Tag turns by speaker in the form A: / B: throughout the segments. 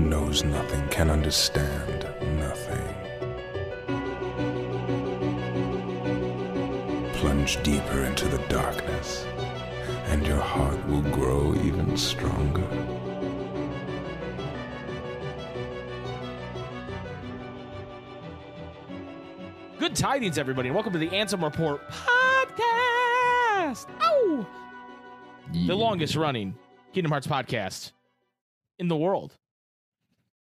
A: knows nothing, can understand nothing. Plunge deeper into the darkness, and your heart will grow even stronger.
B: Good tidings, everybody, and welcome to the Ansem Report podcast. Ow! The longest running Kingdom Hearts podcast in the world.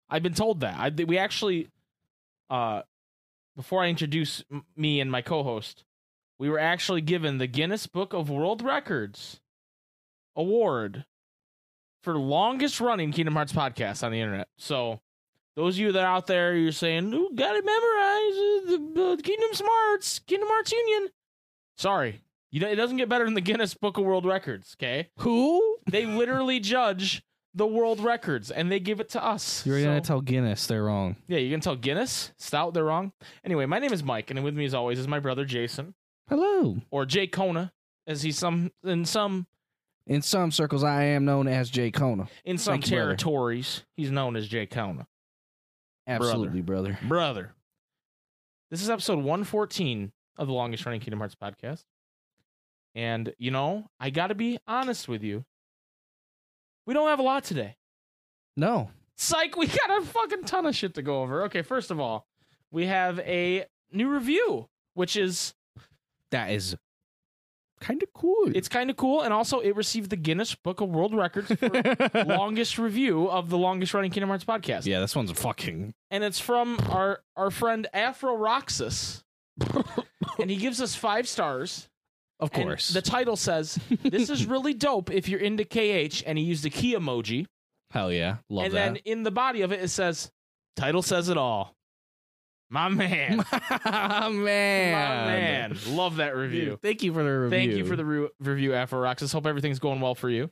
B: I've been told that. I, we actually, uh, before I introduce m- me and my co host, we were actually given the Guinness Book of World Records award for longest running Kingdom Hearts podcast on the internet. So, those of you that are out there, you're saying, "Ooh, got to memorize uh, the uh, Kingdom Smarts, Kingdom Hearts Union." Sorry, you know, it doesn't get better than the Guinness Book of World Records. Okay,
C: Who?
B: they literally judge the world records and they give it to us.
C: You're
B: So-
C: gonna tell Guinness they're wrong.
B: yeah, you're gonna tell Guinness Stout they're wrong. Anyway, my name is Mike, and with me as always is my brother Jason
C: Hello.
B: or Jay Kona, as he's some in some
C: In some circles, I am known as Jay Kona.
B: in some
C: Thank you, brother.
B: territories he's known as Jay Kona.
C: Absolutely, brother.
B: brother. This is episode 114 of the longest running Kingdom Hearts podcast. And, you know, I got to be honest with you. We don't have a lot today.
C: No.
B: Psych, we got a fucking ton of shit to go over. Okay, first of all, we have a new review, which is
C: That is kind of cool.
B: it's kind of cool and also it received the Guinness Book of World Records for longest review of the longest running Kingdom Hearts podcast.
C: yeah, this one's fucking.
B: and it's from our our friend Afro Roxas. and he gives us five stars.
C: Of
B: And
C: course.
B: the title says, This is really dope if you're into KH. And he used a key emoji.
C: Hell yeah, love
B: and then
C: that.
B: in the body of it, it says, Title says it all. My man. My
C: man,
B: man. Love that review.
C: Dude, thank you for the review.
B: Thank you for the re- review, Afro Roxas. Hope everything's going well for you.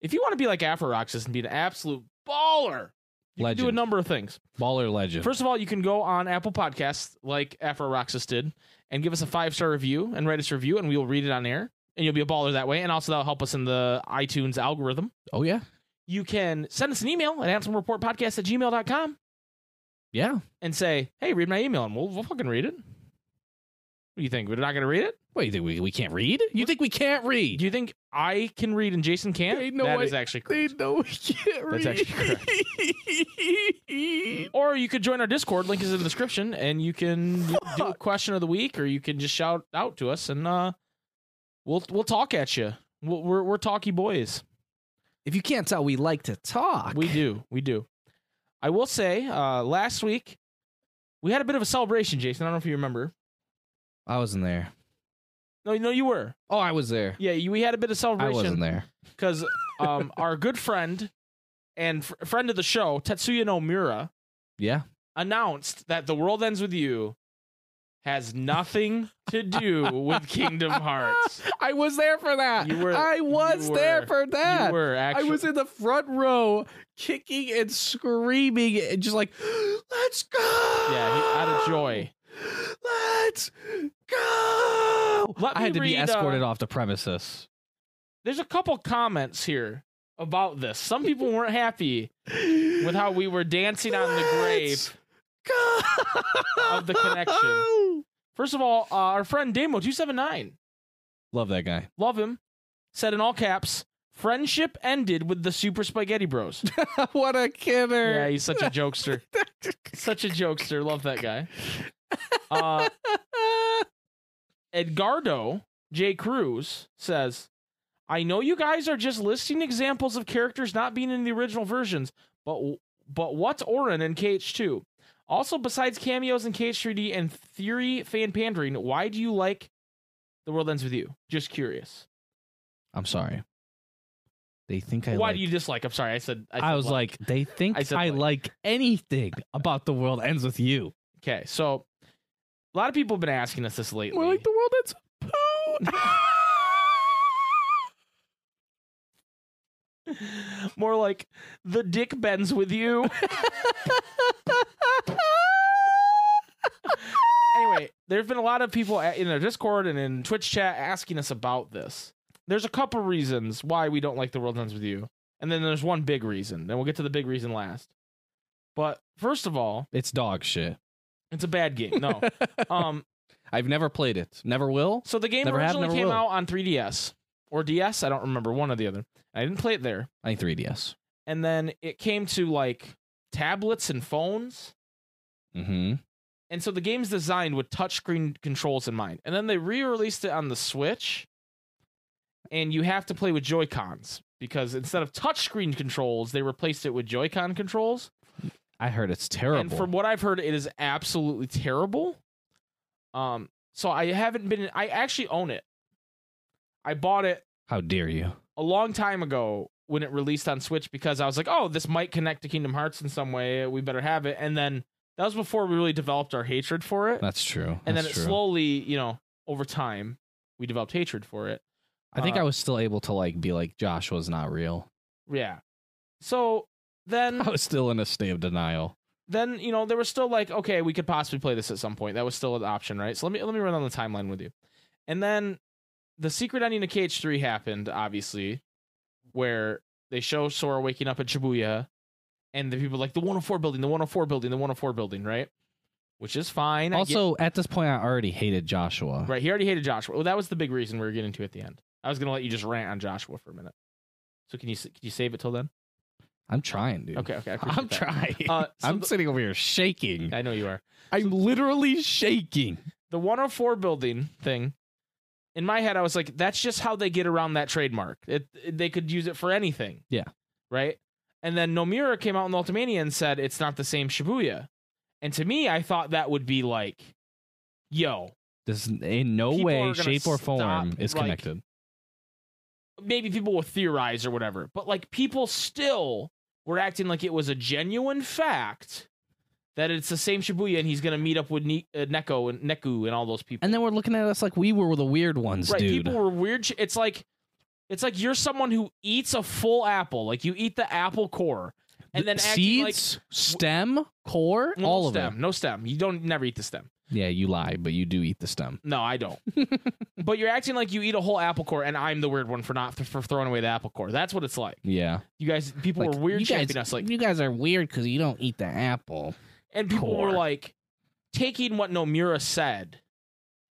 B: If you want to be like Afro Roxas and be an absolute baller, you can do a
C: Legend.
B: number of things.
C: baller legend.
B: First of all, you can go on Apple Podcasts like Afro Roxas did and give us a five star review and write us a review, and we will read it on air. And you'll be a baller that way. And also, that'll help us in the iTunes algorithm.
C: oh yeah,
B: You can send us an email at handsomereportpodcast at gmail.com
C: yeah.
B: and say, hey, read my email, and we'll, we'll fucking read it. What do you think? We're not going to read it?
C: What you think we, we can't read? You think we can't read?
B: Do you think I can read and Jason can't? That
C: Hey,
B: is
C: no, I-
B: actually
C: They
B: correct.
C: know we can't
B: That's
C: read.
B: actually
C: actually
B: Or you could join our Discord. Link is in the description, and you can do a question of the week, or you can just shout out to us, and uh, we'll we'll talk at you. We'll, we're we're talky boys.
C: if you can't tell, we like to talk.
B: We do, we do. I will say, uh, last week we had a bit of a celebration, Jason. I don't know if you remember.
C: I wasn't there.
B: No, no, you were.
C: Oh, I was there.
B: Yeah, you, we had a bit of
C: I wasn't
B: celebration
C: there.
B: because um, our good friend and fr- friend of the show, Tetsuya Nomura,
C: Yeah.
B: announced that The World Ends With You has nothing to do with Kingdom Hearts.
C: I was there for that.
B: You were-
C: I was
B: you
C: there
B: were-
C: for that.
B: You were actually
C: I was in the front row kicking and screaming and just like, let's go.
B: yeah, he- out of joy.
C: Let's go.
B: Let
C: I
B: me
C: had to be
B: read, uh,
C: escorted off the premises.
B: There's a couple comments here about this. Some people weren't happy with how we were dancing on the grave.
C: Go.
B: of the connection. First of all, uh, our friend Damo279,
C: Love that guy.
B: love him, said in all caps, friendship ended with the Super Spaghetti Bros.
C: what a
B: yeah,
C: kidder.
B: he's such a jokester. Such a jokester. Love that guy. Uh, Edgardo J. Cruz says, I know you guys are just listing examples of characters not being in the original versions, but but what's Orin in KH2? Also, besides cameos in KH3D and theory fan pandering, why do you like The World Ends With You? Just curious.
C: I'm sorry. They think I
B: why
C: like
B: do you dislike? I'm sorry, I said I, said
C: I was
B: like.
C: like, they think
B: I
C: I,
B: said like.
C: like. anything about the world ends with you.
B: Okay, so a lot of people have been asking us this lately.
C: More like the world ends with poo.
B: More like the dick bends with you. anyway, there's been a lot of people a- in our Discord and in Twitch chat asking us about this. There's a couple reasons why we don't like the world ends with you, and then there's one big reason. Then we'll get to the big reason last. But first of all,
C: It's dog shit.
B: it's a bad game. No. um
C: I've never played it. Never will.
B: so the game
C: Never have,
B: originally
C: never
B: came
C: will.
B: out on 3DS or DS, I don't remember, one or the other. I didn't play it there.
C: I think 3DS.
B: And then it came to like tablets and phones.
C: Mm-hmm.
B: And so the game's designed with touchscreen controls in mind. And then they re-released it on the Switch. And you have to play with Joy-Cons because instead of touchscreen controls, they replaced it with Joy-Con controls.
C: I heard it's terrible.
B: And from what I've heard, it is absolutely terrible. Um, so I haven't been I actually own it. I bought it
C: How dare you?
B: a long time ago when it released on Switch because I was like, oh, this might connect to Kingdom Hearts in some way. We better have it. And then that was before we really developed our hatred for it
C: That's true.
B: and then
C: That's
B: it
C: true.
B: slowly, you know, over time, we developed hatred for it.
C: I think
B: uh,
C: I was still able to like be like Josh was not real.
B: Yeah. So then,
C: I was still in a state of denial.
B: then you know, there was still like, okay, we could possibly play this at some point. That was still an option, right? So let me let me run on the timeline with you. And then the Secret Ending to KH3 happened, obviously, where they show Sora waking up at Shibuya, and the people are like the 104 building, the 104 building, the 104 building, right? Which is fine. I get-
C: also, at this point, I already hated Joshua.
B: Right. He already hated Joshua. Well, that was the big reason we were getting to at the end. I was gonna let you just rant on Joshua for a minute. So can you s- can you save it till then?
C: I'm trying, dude.
B: Okay. Okay. I appreciate
C: I'm
B: that.
C: trying.
B: Uh, so
C: I'm
B: the-
C: sitting over here shaking.
B: I know you are.
C: I'm literally shaking.
B: The 104 building thing. In my head, I was like, that's just how they get around that trademark. It, it- they could use it for anything.
C: Yeah.
B: Right. And then Nomura came out in Ultimania and said it's not the same Shibuya. And to me, I thought that would be like, yo,
C: This in no
B: People are
C: way,
B: gonna
C: shape, or form
B: stop,
C: is
B: like-
C: connected.
B: maybe people will theorize or whatever, but like people still were acting like it was a genuine fact that it's the same Shibuya and he's going to meet up with ne- uh, Neko and Neku and all those people.
C: And then we're looking at us like we were the weird ones,
B: right,
C: dude.
B: people were weird. sh- It's like it's like you're someone who eats a full apple, like you eat the apple core, and then acting like
C: seeds, stem, core,
B: No
C: all of
B: stem,
C: them.
B: No stem. You don't never eat the stem.
C: Yeah, you lie, but you do eat the stem.
B: No, I don't. but you're acting like you eat a whole apple core, and I'm the weird one for not for throwing away the apple core. That's what it's like.
C: Yeah,
B: You guys, people were weird shaping us like
C: you guys are weird because you don't eat the apple.
B: And people were
C: Core.
B: like taking what Nomura said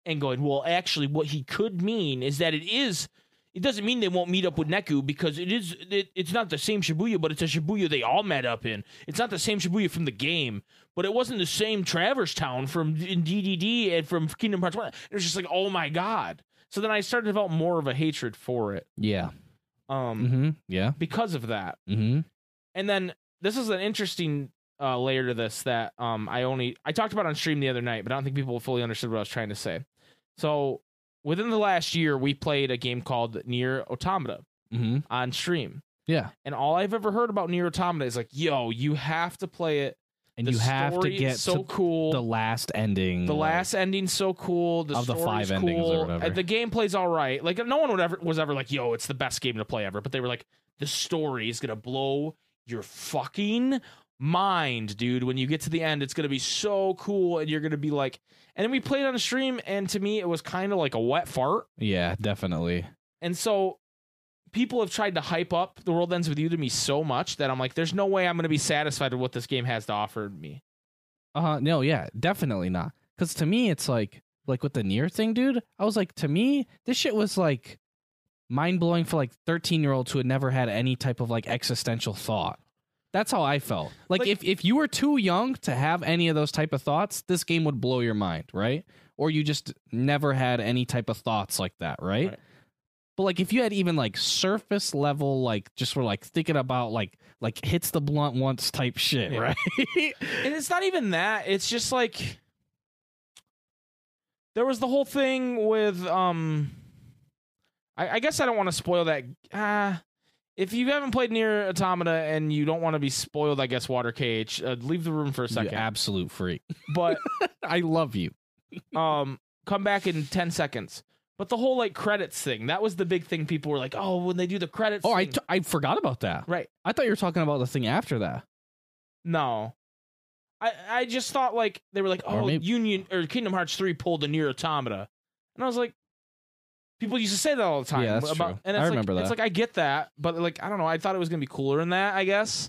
B: and going, well, actually, what he could mean is that it is. It doesn't mean they won't meet up with Neku because it is. It, it's not the same Shibuya, but it's a Shibuya they all met up in. It's not the same Shibuya from the game, but it wasn't the same Traverse Town from D- in DDD and from Kingdom Hearts One. It was just like, oh my god. So then I started to develop more of a hatred for it,
C: Yeah.
B: um,
C: Mm-hmm. Yeah.
B: because of that
C: Mm-hmm.
B: and then this is an interesting uh, layer to this that um, I only I talked about on stream the other night, but I don't think people fully understood what I was trying to say. So within the last year, we played a game called Near Automata
C: Mm-hmm.
B: on stream,
C: Yeah.
B: and all I've ever heard about Near Automata is like, "Yo, you have to play it.
C: And
B: The
C: you have to
B: story is
C: get
B: so
C: to
B: cool.
C: the last ending.
B: The
C: like-
B: last ending's so cool. The
C: Mm. Of the
B: story's
C: five
B: cool.
C: endings or whatever.
B: and The gameplay's all right. Like no one would ever was ever like, "Yo, it's the best game to play ever." But they were like, "The story is gonna blow your fucking mind, dude. When you get to the end, it's gonna be so cool, and you're gonna be like." And then we played on a stream, and to me, it was kind of like a wet fart.
C: Yeah, definitely.
B: And so people have tried to hype up The World Ends With You to me so much that I'm like, "There's no way I'm gonna be satisfied with what this game has to offer me."
C: Uh no, yeah, definitely not. Cause to me it's like like with the near thing, dude, I was like, to me, this shit was like mind blowing for like thirteen year olds who had never had any type of like existential thought. That's how I felt. Like,
B: Like-
C: if, if you were too young to have any of those type of thoughts, this game would blow your mind, right? Or you just never had any type of thoughts like that, right?
B: Right.
C: But like if you had even like surface level, like just were like thinking about like like hits the blunt once type shit,
B: Yeah.
C: right?
B: and it's not even that. It's just like there was the whole thing with um. I, I guess I don't want to spoil that. Uh, if you haven't played near Automata and you don't want to be spoiled, I guess Water Cage, uh, leave the room for a
C: You
B: second.
C: absolute freak.
B: But
C: I love you.
B: um come back in 10 seconds. But the whole like credits thing, that was the big thing people were like, "Oh, when they do the credits."
C: Oh, I,
B: thing-
C: t- I forgot about that.
B: right.
C: I thought you were talking about the thing after that.
B: No. I, I just thought like they were like,
C: Or
B: oh,
C: maybe-
B: Union or Kingdom Hearts three pulled a near automata, and I was like, people used to say that all the time.
C: Yeah, that's
B: about,
C: true.
B: And
C: I
B: it's
C: remember
B: like, It's
C: that.
B: like I get that, but like I don't know. I thought it was gonna be cooler than that. I guess.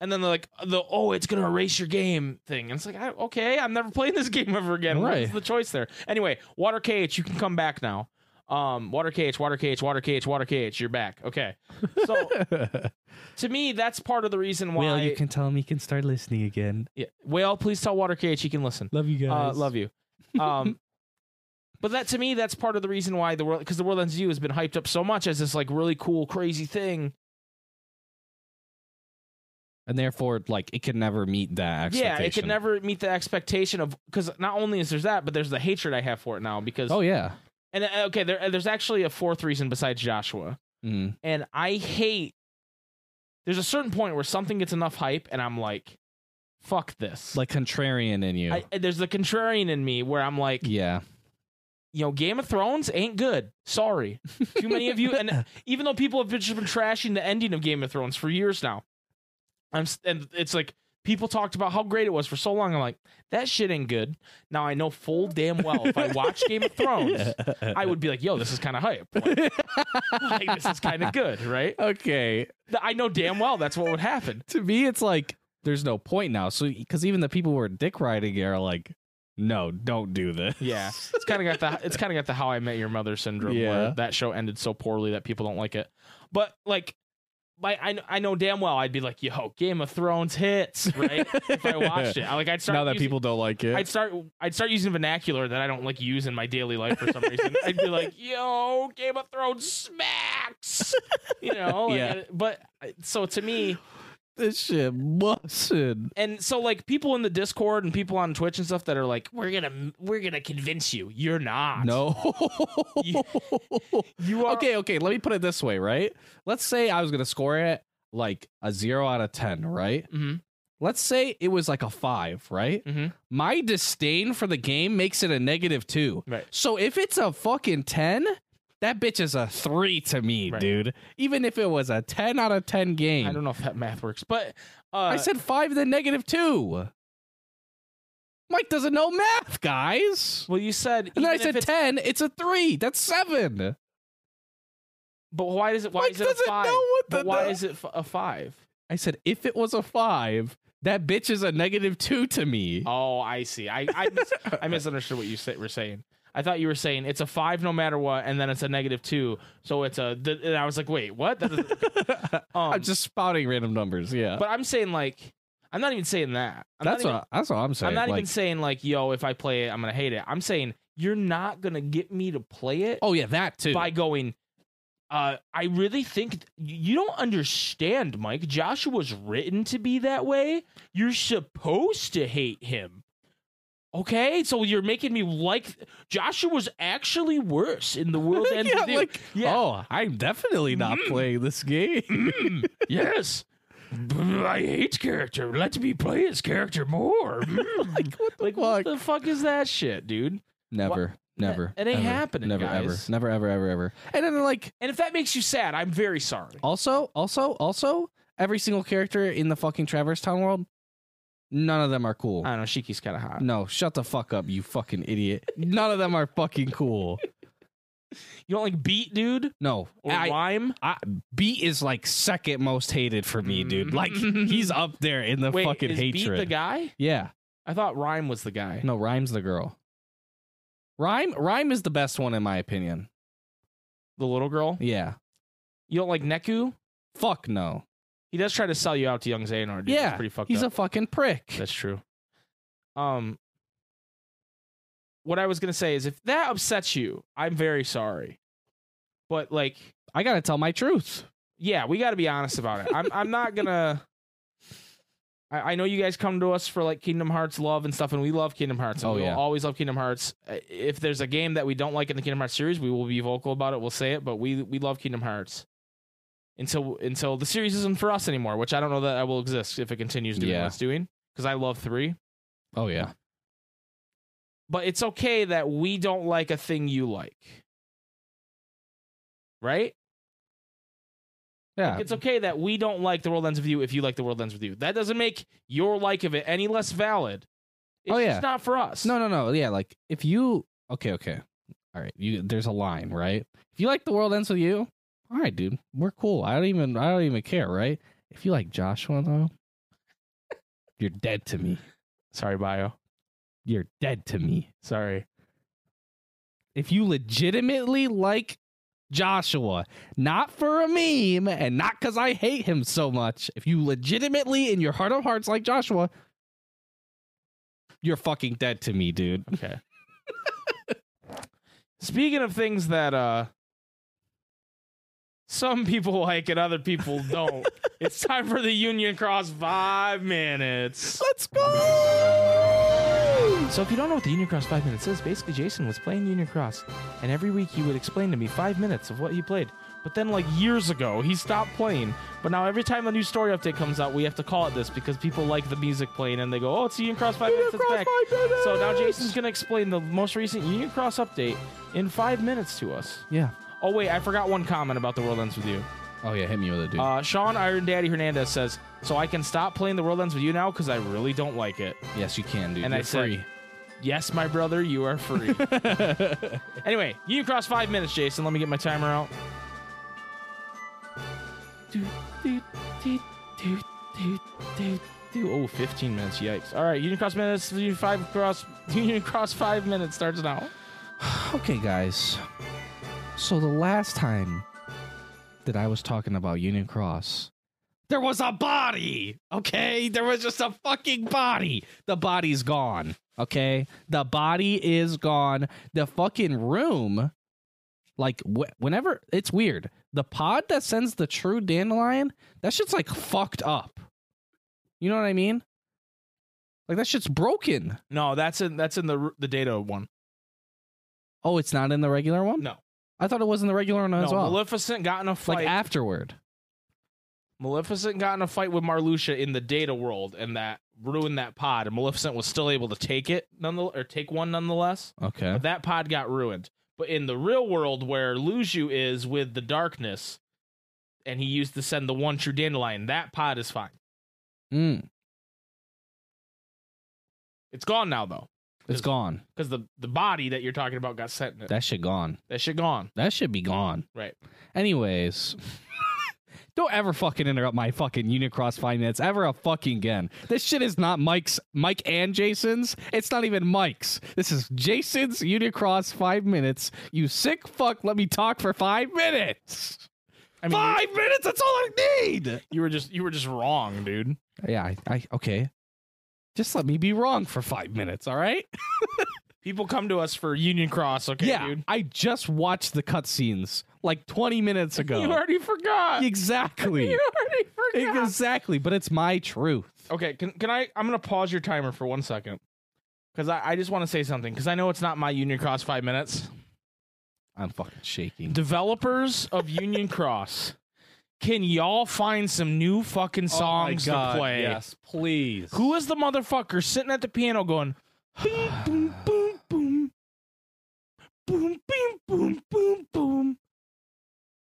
B: And then they're like the oh it's gonna erase your game thing. And it's like I, okay, I'm never playing this game ever again. What's
C: Right.
B: the choice there? Anyway, Water KH, you can come back now. Um, Water KH, Water KH, Water KH, Water KH. You're back. Okay. So to me, that's part of the reason why.
C: Well, you can tell him he can start listening again.
B: Yeah. Whale, please tell Water KH he can listen.
C: Love you
B: Uh,
C: guys.
B: love you. Um, but that to me, that's part of the reason why the world, because the world ends with you has been hyped up so much as this like really cool, crazy thing.
C: And therefore, like it could never meet that
B: Yeah,
C: expectation.
B: it could never meet the expectation of because not only is there's that, but there's the hatred I have for it now because
C: Oh yeah.
B: and uh, okay, there, there's actually a fourth reason besides Joshua,
C: Mm.
B: and I hate. There's a certain point where something gets enough hype, and I'm like, "Fuck this!"
C: Like contrarian in you.
B: I, there's the contrarian in me where I'm like,
C: yeah.
B: you know, Game of Thrones ain't good. Sorry. Too many of you, and even though people have been- just been trashing the ending of Game of Thrones for years now, I'm, s- and it's like people talked about how great it was for so long. I'm like, that shit ain't good. Now I know full damn well if I watched Game of Thrones, I would be like, yo, this is kind of hype. Like, like, this is kind of good, right?
C: Okay.
B: Th- I know damn well that's what would happen.
C: To me, it's like there's no point now. So because even the people who are dick riding it are like, no, don't do this.
B: Yeah, it's kind of got the it's kind of got the How I Met Your Mother syndrome where
C: Yeah.
B: that show ended so poorly that people don't like it. But like, my I I know damn well I'd be like, yo, Game of Thrones hits right if I watched it. I- Like I'd start
C: now that
B: using-
C: people don't like it.
B: I'd start I'd start using vernacular that I don't like use in my daily life for some reason. I'd be like, yo, Game of Thrones smacks, you know. like,
C: Yeah.
B: But so to me,
C: this shit busted.
B: and so like people in the Discord and people on Twitch and stuff that are like, we're gonna we're gonna convince you. You're not.
C: No.
B: You- You are
C: okay, okay. Let me put it this way, right? Let's say I was gonna score it like a zero out of ten, right?
B: Mhm.
C: Let's say it was like a five, right?
B: Mhm.
C: My disdain for the game makes it a negative two.
B: Right.
C: So if it's a fucking ten, that bitch is a three to me,
B: Right.
C: dude. Even if it was a ten out of ten game,
B: I don't know if that math works, but uh,
C: I said five, then negative two. Mike doesn't know math, guys.
B: well, you said,
C: And then I
B: even if
C: said
B: it's-
C: ten. It's a three. That's seven.
B: but why does it? Why
C: Mike
B: is it a
C: doesn't know
B: five?
C: what
B: but
C: the-
B: why
C: the-
B: is it f- a five?
C: I said, if it was a five, that bitch is a negative two to me.
B: Oh, I see. I I, mis- I misunderstood what you say, were saying. I thought you were saying it's a five no matter what, and then it's a negative two, so it's a. th- and I was like, wait, what? That doesn't- um,
C: I'm just spouting random numbers. Yeah,
B: But I'm saying like, I'm not even saying that. I'm
C: that's
B: not
C: what that's what I'm saying.
B: I'm not
C: like,
B: even saying like, yo, if I play it, I'm gonna hate it. I'm saying you're not gonna get me to play it.
C: oh yeah, that too.
B: by going uh i really think th- you don't understand mike joshua's written to be that way you're supposed to hate him okay so you're making me like joshua's actually worse in the world ends
C: yeah,
B: with you.
C: like,
B: Yeah.
C: oh, I'm definitely not
B: Mm.
C: playing this game.
B: Mm, yes B- I hate character. Let me play his character more. Mm. like, what the,
C: fuck?
B: fuck is that shit, dude?
C: never, never.
B: It ain't
C: ever,
B: happening,
C: Never,
B: guys.
C: ever, never, ever, ever, ever. And then like,
B: And if that makes you sad, I'm very sorry.
C: also, also, also, every single character in the fucking Traverse Town world, none of them are cool.
B: I don't know. Shiki's kind of hot.
C: no, shut the fuck up, you fucking idiot. None of them are fucking cool.
B: You don't like beat, dude,
C: No,
B: or
C: I-
B: rhyme.
C: I, Beat is like second most hated for me, dude. Like
B: Mm.
C: he's up there in the
B: Wait,
C: fucking
B: is
C: hatred.
B: Beat the guy?
C: yeah,
B: I thought Rhyme was the guy.
C: no, Rhyme's the girl. Rhyme, Rhyme is the best one in my opinion.
B: The little girl.
C: Yeah,
B: You don't like Neku?
C: fuck no.
B: He does try to sell you out to young Xehanort. Dude.
C: Yeah,
B: That's pretty fucked
C: He's
B: up.
C: a fucking prick.
B: That's true. Um, what I was gonna say is, if that upsets you, I'm very sorry. But like,
C: I gotta tell my truth.
B: yeah, we got to be honest about it. I'm I'm not gonna. I, I know you guys come to us for like Kingdom Hearts love and stuff, and we love Kingdom Hearts. And
C: Oh,
B: we will
C: yeah.
B: always love Kingdom Hearts. Uh, If there's a game that we don't like in the Kingdom Hearts series, we will be vocal about it. We'll say it, but we we love Kingdom Hearts. Until until the series isn't for us anymore, which I don't know that I will exist if it continues doing
C: Yeah.
B: what it's doing. Because I love three,
C: Oh yeah,
B: but it's okay that we don't like a thing you like, right?
C: yeah.
B: It's okay that we don't like the world ends with you if you like the world ends with you. That doesn't make your like of it any less valid. It's
C: Oh, yeah.
B: just not for us.
C: No, no, no. Yeah, like if you okay, okay, all right. You there's a line, right? If you like the world ends with you, all right, dude, we're cool. I don't even I don't even care, right? If you like Joshua though, You're dead to me.
B: Sorry, bio.
C: You're dead to me.
B: Sorry.
C: If you legitimately like Joshua, not for a meme and not because I hate him so much, if you legitimately in your heart of hearts like Joshua, you're fucking dead to me, dude.
B: Okay. Speaking of things that uh some people like and other people don't. it's time for the Union Cross 5 minutes.
C: Let's go.
B: So if you don't know what the Union Cross 5 minutes is, basically Jason was playing Union Cross and every week he would explain to me 5 minutes of what he played. But then like years ago, he stopped playing. But now every time a new story update comes out, we have to call it this because people like the music playing and they go, "Oh, it's Union Cross 5 minutes it's back." So now Jason's gonna explain the most recent Union Cross update in five minutes to us.
C: Yeah.
B: Oh wait, I forgot one comment about the World Ends with You.
C: Oh yeah, hit me with it, dude.
B: Uh, Sean Iron Daddy Hernandez says, "So I can stop playing the World Ends with You now because I really don't like it."
C: yes, you can, dude.
B: and
C: You're
B: I said-
C: free.
B: Yes, my brother, you are free. anyway, Union Cross five minutes, Jason. Let me get my timer out. Do, do, do, do, do, do, do. Oh, 15 minutes. Yikes. All right, Union Cross minutes. Union five cross. Union Cross five minutes starts now.
C: Okay, guys. So the last time that I was talking about Union Cross, there was a body. Okay, there was just a fucking body. The body's gone. Okay, the body is gone. The fucking room, like wh- whenever it's weird. The pod that sends the true dandelion, that shit's like fucked up. You know what I mean? Like that shit's broken.
B: No, that's in that's in the the data one.
C: Oh, it's not in the regular one.
B: No.
C: I thought it was in the regular one
B: No,
C: as well.
B: Maleficent got in a
C: like
B: fight.
C: afterward.
B: Maleficent got in a fight with Marluxia in the data world, and that ruined that pod. And Maleficent was still able to take it, nonetheless, or take one nonetheless.
C: Okay.
B: But that pod got ruined. But in the real world, where Luju is with the darkness, and he used to send the one true dandelion, that pod is fine.
C: Mm,
B: It's gone now though,
C: it's gone.
B: because the the body that you're talking about got sent. in it.
C: That shit gone.
B: That shit gone.
C: That should be gone.
B: Right.
C: Anyways, don't ever fucking interrupt my fucking Unicross five minutes ever a fucking again. This shit is not Mike's, Mike and Jason's. It's not even Mike's. This is Jason's Unicross five minutes. You sick fuck. Let me talk for five minutes.
B: I mean,
C: five minutes. That's all I need.
B: you were just you were just wrong, dude.
C: Yeah. I, I okay. Just let me be wrong for five minutes. All right.
B: People come to us for Union Cross, okay,
C: yeah,
B: dude.
C: I just watched the cutscenes like 20 minutes ago.
B: You already forgot.
C: exactly.
B: You already forgot.
C: exactly. But it's my truth.
B: Okay, can can I? I'm gonna pause your timer for one second because I, I just want to say something because I know it's not my Union Cross five minutes.
C: I'm fucking shaking.
B: Developers of Union Cross, can y'all find some new fucking songs to play?
C: Yes, please.
B: Who is the motherfucker sitting at the piano going boom boom boom boom boom boom boom boom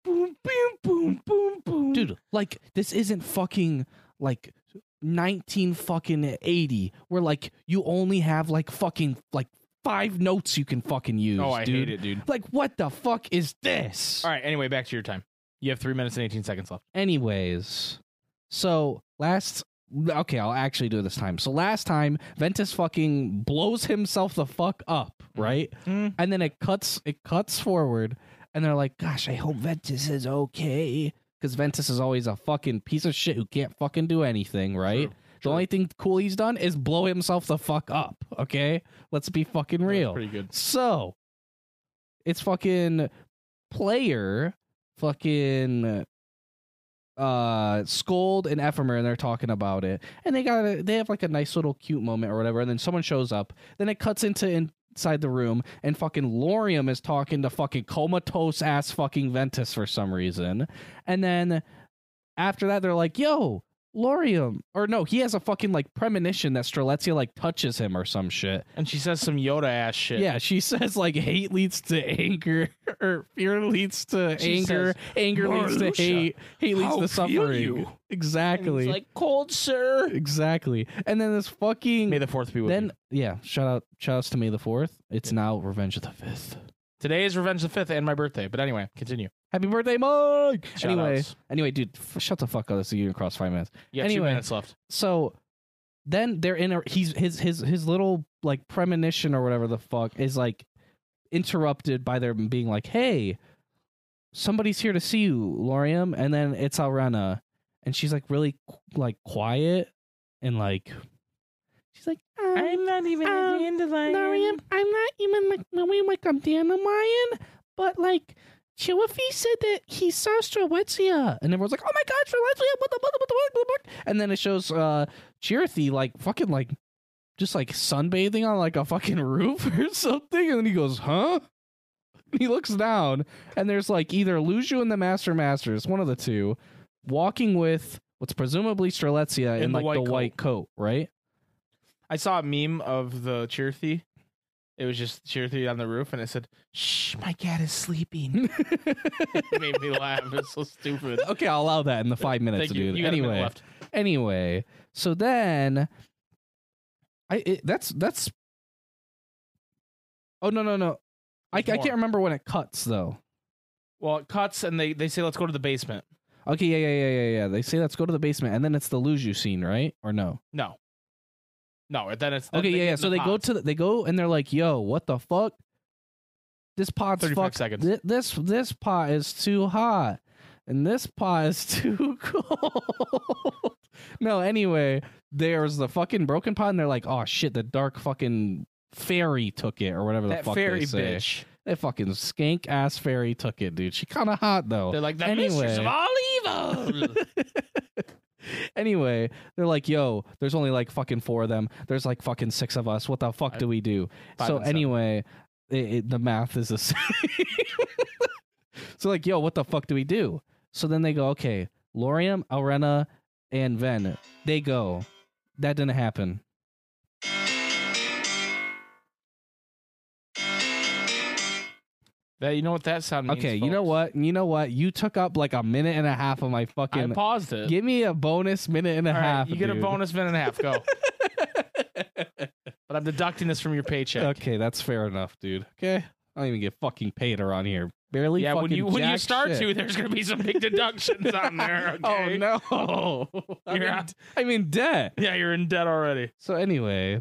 B: boom boom boom boom boom boom?
C: Dude, like this isn't fucking like 19 fucking 80 where like you only have like fucking like five notes you can fucking use,
B: oh, I
C: dude.
B: hate it, dude.
C: Like what the fuck is this?
B: All right. Anyway, back to your time. You have three minutes and eighteen seconds left.
C: Anyways, so last okay, I'll actually do it this time. So last time, Ventus fucking blows himself the fuck up, right?
B: Mm.
C: And then it cuts it cuts forward, and they're like, "Gosh, I hope Ventus is okay," because Ventus is always a fucking piece of shit who can't fucking do anything, right? The only thing cool he's done is blow himself the fuck up. Okay, let's be fucking real.
B: Pretty good.
C: So it's fucking player, fucking uh scold and ephemer and they're talking about it and they got a, they have like a nice little cute moment or whatever and then someone shows up then it cuts into inside the room and fucking lorium is talking to fucking comatose ass fucking ventus for some reason and then after that they're like yo lorium or no he has a fucking like premonition that strelitzia like touches him or some shit
B: And she says some Yoda ass shit.
C: yeah, she says like hate leads to anger, or fear leads to
B: She
C: anger,
B: says,
C: anger leads to
B: "Marluxia,
C: hate, hate leads
D: how feel
C: to suffering.
D: you?"
C: Exactly,
B: cold, sir.
C: exactly. And then this
B: May
C: fucking
B: the fourth be with you.
C: then yeah, shout out, shout outs to May the Fourth. It's now Revenge of the Fifth.
B: Today is Revenge the Fifth and my birthday. But anyway, continue.
C: Happy birthday, Mike!
B: Shout
C: anyway,
B: outs.
C: anyway, dude, f- shut the fuck up. This is you across five minutes.
B: You have
C: Anyway.
B: two minutes left.
C: So then they're in a he's his his his little like premonition or whatever the fuck is like interrupted by their being like, Hey, somebody's here to see you, Lorium, and then it's Alrena. And she's like really qu- like quiet and like she's like "Um,
B: not even
C: at the
B: end of the
C: Lorium, I'm not even like knowing like I'm Dandelion, but like Chiwafi said that he saw Strelitzia. And everyone's like, oh my god, Strelitzia, what the what the what the what the what the-" And then it shows uh Chirithi like fucking like just like sunbathing on like a fucking roof or something, and then he goes, huh? And he looks down, and there's like either Luju and the Master Masters, one of the two, walking with what's presumably Strelitzia in,
B: In the
C: like
B: white
C: the
B: coat.
C: white coat, right?
B: I saw a meme of the Chirithi. It was just Chirithi on the roof, and it said, "Shh, my cat is sleeping." it made me laugh. It's so stupid.
C: okay, I'll allow that in the five minutes,
B: Thank you.
C: dude.
B: You got a minute
C: anyway,
B: left.
C: anyway, so then, I it, that's that's. Oh no no no, I, I
B: There's
C: can't
B: more.
C: remember when it cuts though.
B: Well, it cuts, and they they say, "Let's go to the basement."
C: Okay, yeah yeah yeah yeah yeah. They say let's go to the basement, and then it's the Luju scene, right? Or no?
B: No, no. Then it's
C: Okay,
B: then
C: yeah
B: get
C: yeah.
B: in
C: So
B: the
C: they go
B: pods.
C: to the, they go and they're like, "Yo, what the fuck? This pot's
B: 35
C: fucked.
B: seconds.
C: thi- this this pot is too hot." And this pot is too cold. no, anyway, there's the fucking broken pot, and they're like, "Oh shit, the dark fucking fairy took it, or whatever the
B: that
C: fuck
B: fairy
C: they say."
B: bitch.
C: That fucking skank ass fairy took it, dude. She kind of hot though.
B: They're like the mistress
C: Anyway.
B: of all evil.
C: anyway, they're like, "Yo, there's only like fucking four of them. There's like fucking six of us. What the fuck do we do?"
B: Five
C: so
B: and seven.
C: anyway, it, it, the math is the same. so like, yo, what the fuck do we do? So then they go, okay, Lorium, Alrena, and Ven, they go. That didn't happen.
B: that you know what that sound means.
C: okay, you know
B: folks.
C: what? You know what? You took up like a minute and a half of my
B: I
C: fucking.
B: paused it.
C: Give me a bonus minute and a
B: All right,
C: half.
B: you get a
C: dude.
B: bonus minute and a half. Go. but I'm deducting this from your paycheck.
C: Okay, that's fair enough, dude. Okay, I don't even get fucking paid around here. Barely.
B: Yeah, when
C: fucking
B: you when you
C: jack
B: start
C: shit.
B: to, there's gonna be some big deductions on there. Okay?
C: Oh no! I'm,
B: You're
C: in,
B: out.
C: I'm in debt.
B: Yeah, you're in debt already.
C: So anyway,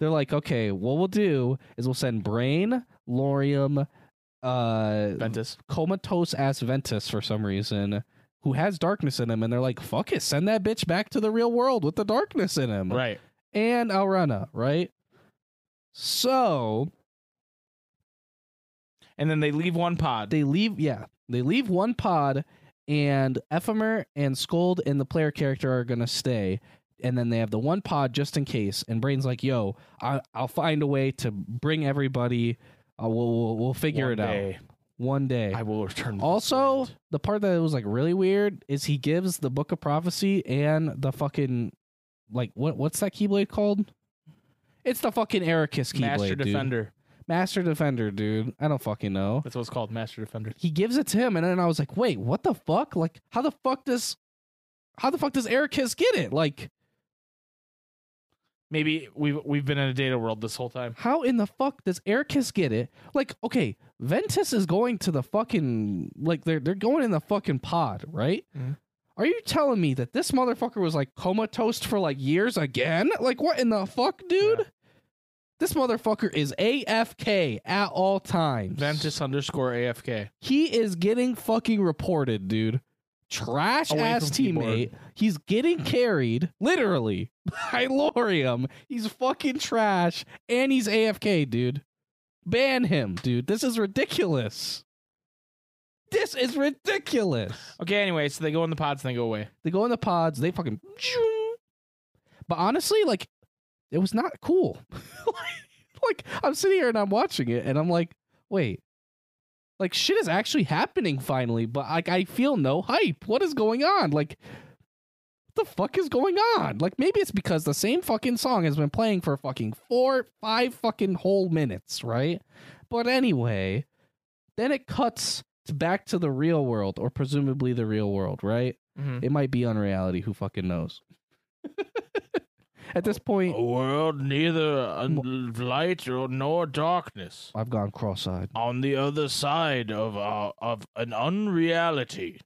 C: they're like, okay, what we'll do is we'll send Brain, Lorium, uh,
B: Ventus.
C: comatose ass Ventus for some reason, who has darkness in him, and they're like, fuck it, send that bitch back to the real world with the darkness in him,
B: Right.
C: and Alrena, right? So
B: And then they leave one pod.
C: they leave, yeah, they leave one pod, and Ephemer and Scold and the player character are gonna stay. And then they have the one pod just in case. And Brain's like, "Yo, I, I'll find a way to bring everybody. Uh, we'll, we'll we'll figure
B: One
C: it out
B: day,
C: one day."
B: I will return. to
C: Also,
B: this land.
C: the part that was like really weird is he gives the Book of Prophecy and the fucking like what what's that keyblade called? It's the fucking Ericus keyblade,
B: Master
C: dude.
B: Defender.
C: Master Defender, dude. I don't fucking know.
B: That's what it's called, Master Defender.
C: He gives it to him, and then I was like, wait, what the fuck? Like, how the fuck does how the fuck does Ericus get it? Like,
B: Maybe we've we've been in a data world this whole time.
C: how in the fuck does Ericus get it? Like, okay, Ventus is going to the fucking like they're they're going in the fucking pod, right?
B: Mhm.
C: Are you telling me that this motherfucker was like comatose for like years again? Like what in the fuck, dude?
B: Yeah.
C: This motherfucker is AFK at all times.
B: Ventus underscore AFK.
C: He is getting fucking reported, dude. Trash
B: Away
C: ass
B: from
C: teammate.
B: keyboard.
C: He's getting carried, literally, by Lorium. He's fucking trash, and he's AFK, dude. Ban him, dude. This is ridiculous. This is ridiculous.
B: Okay. Anyway, so they go in the pods and they go away.
C: They go in the pods. They fucking. But honestly, like, it was not cool. like, I'm sitting here and I'm watching it, and I'm like, wait, like shit is actually happening finally. But like, I feel no hype. What is going on? Like, what the fuck is going on? Like, maybe it's because the same fucking song has been playing for fucking four, five fucking whole minutes, right? But anyway, then it cuts to back to the real world, or presumably the real world, right? It might be unreality. Who fucking knows? At this point,
B: A world neither un- light or nor darkness.
C: I've gone cross-eyed.
B: On the other side of uh, of an unreality.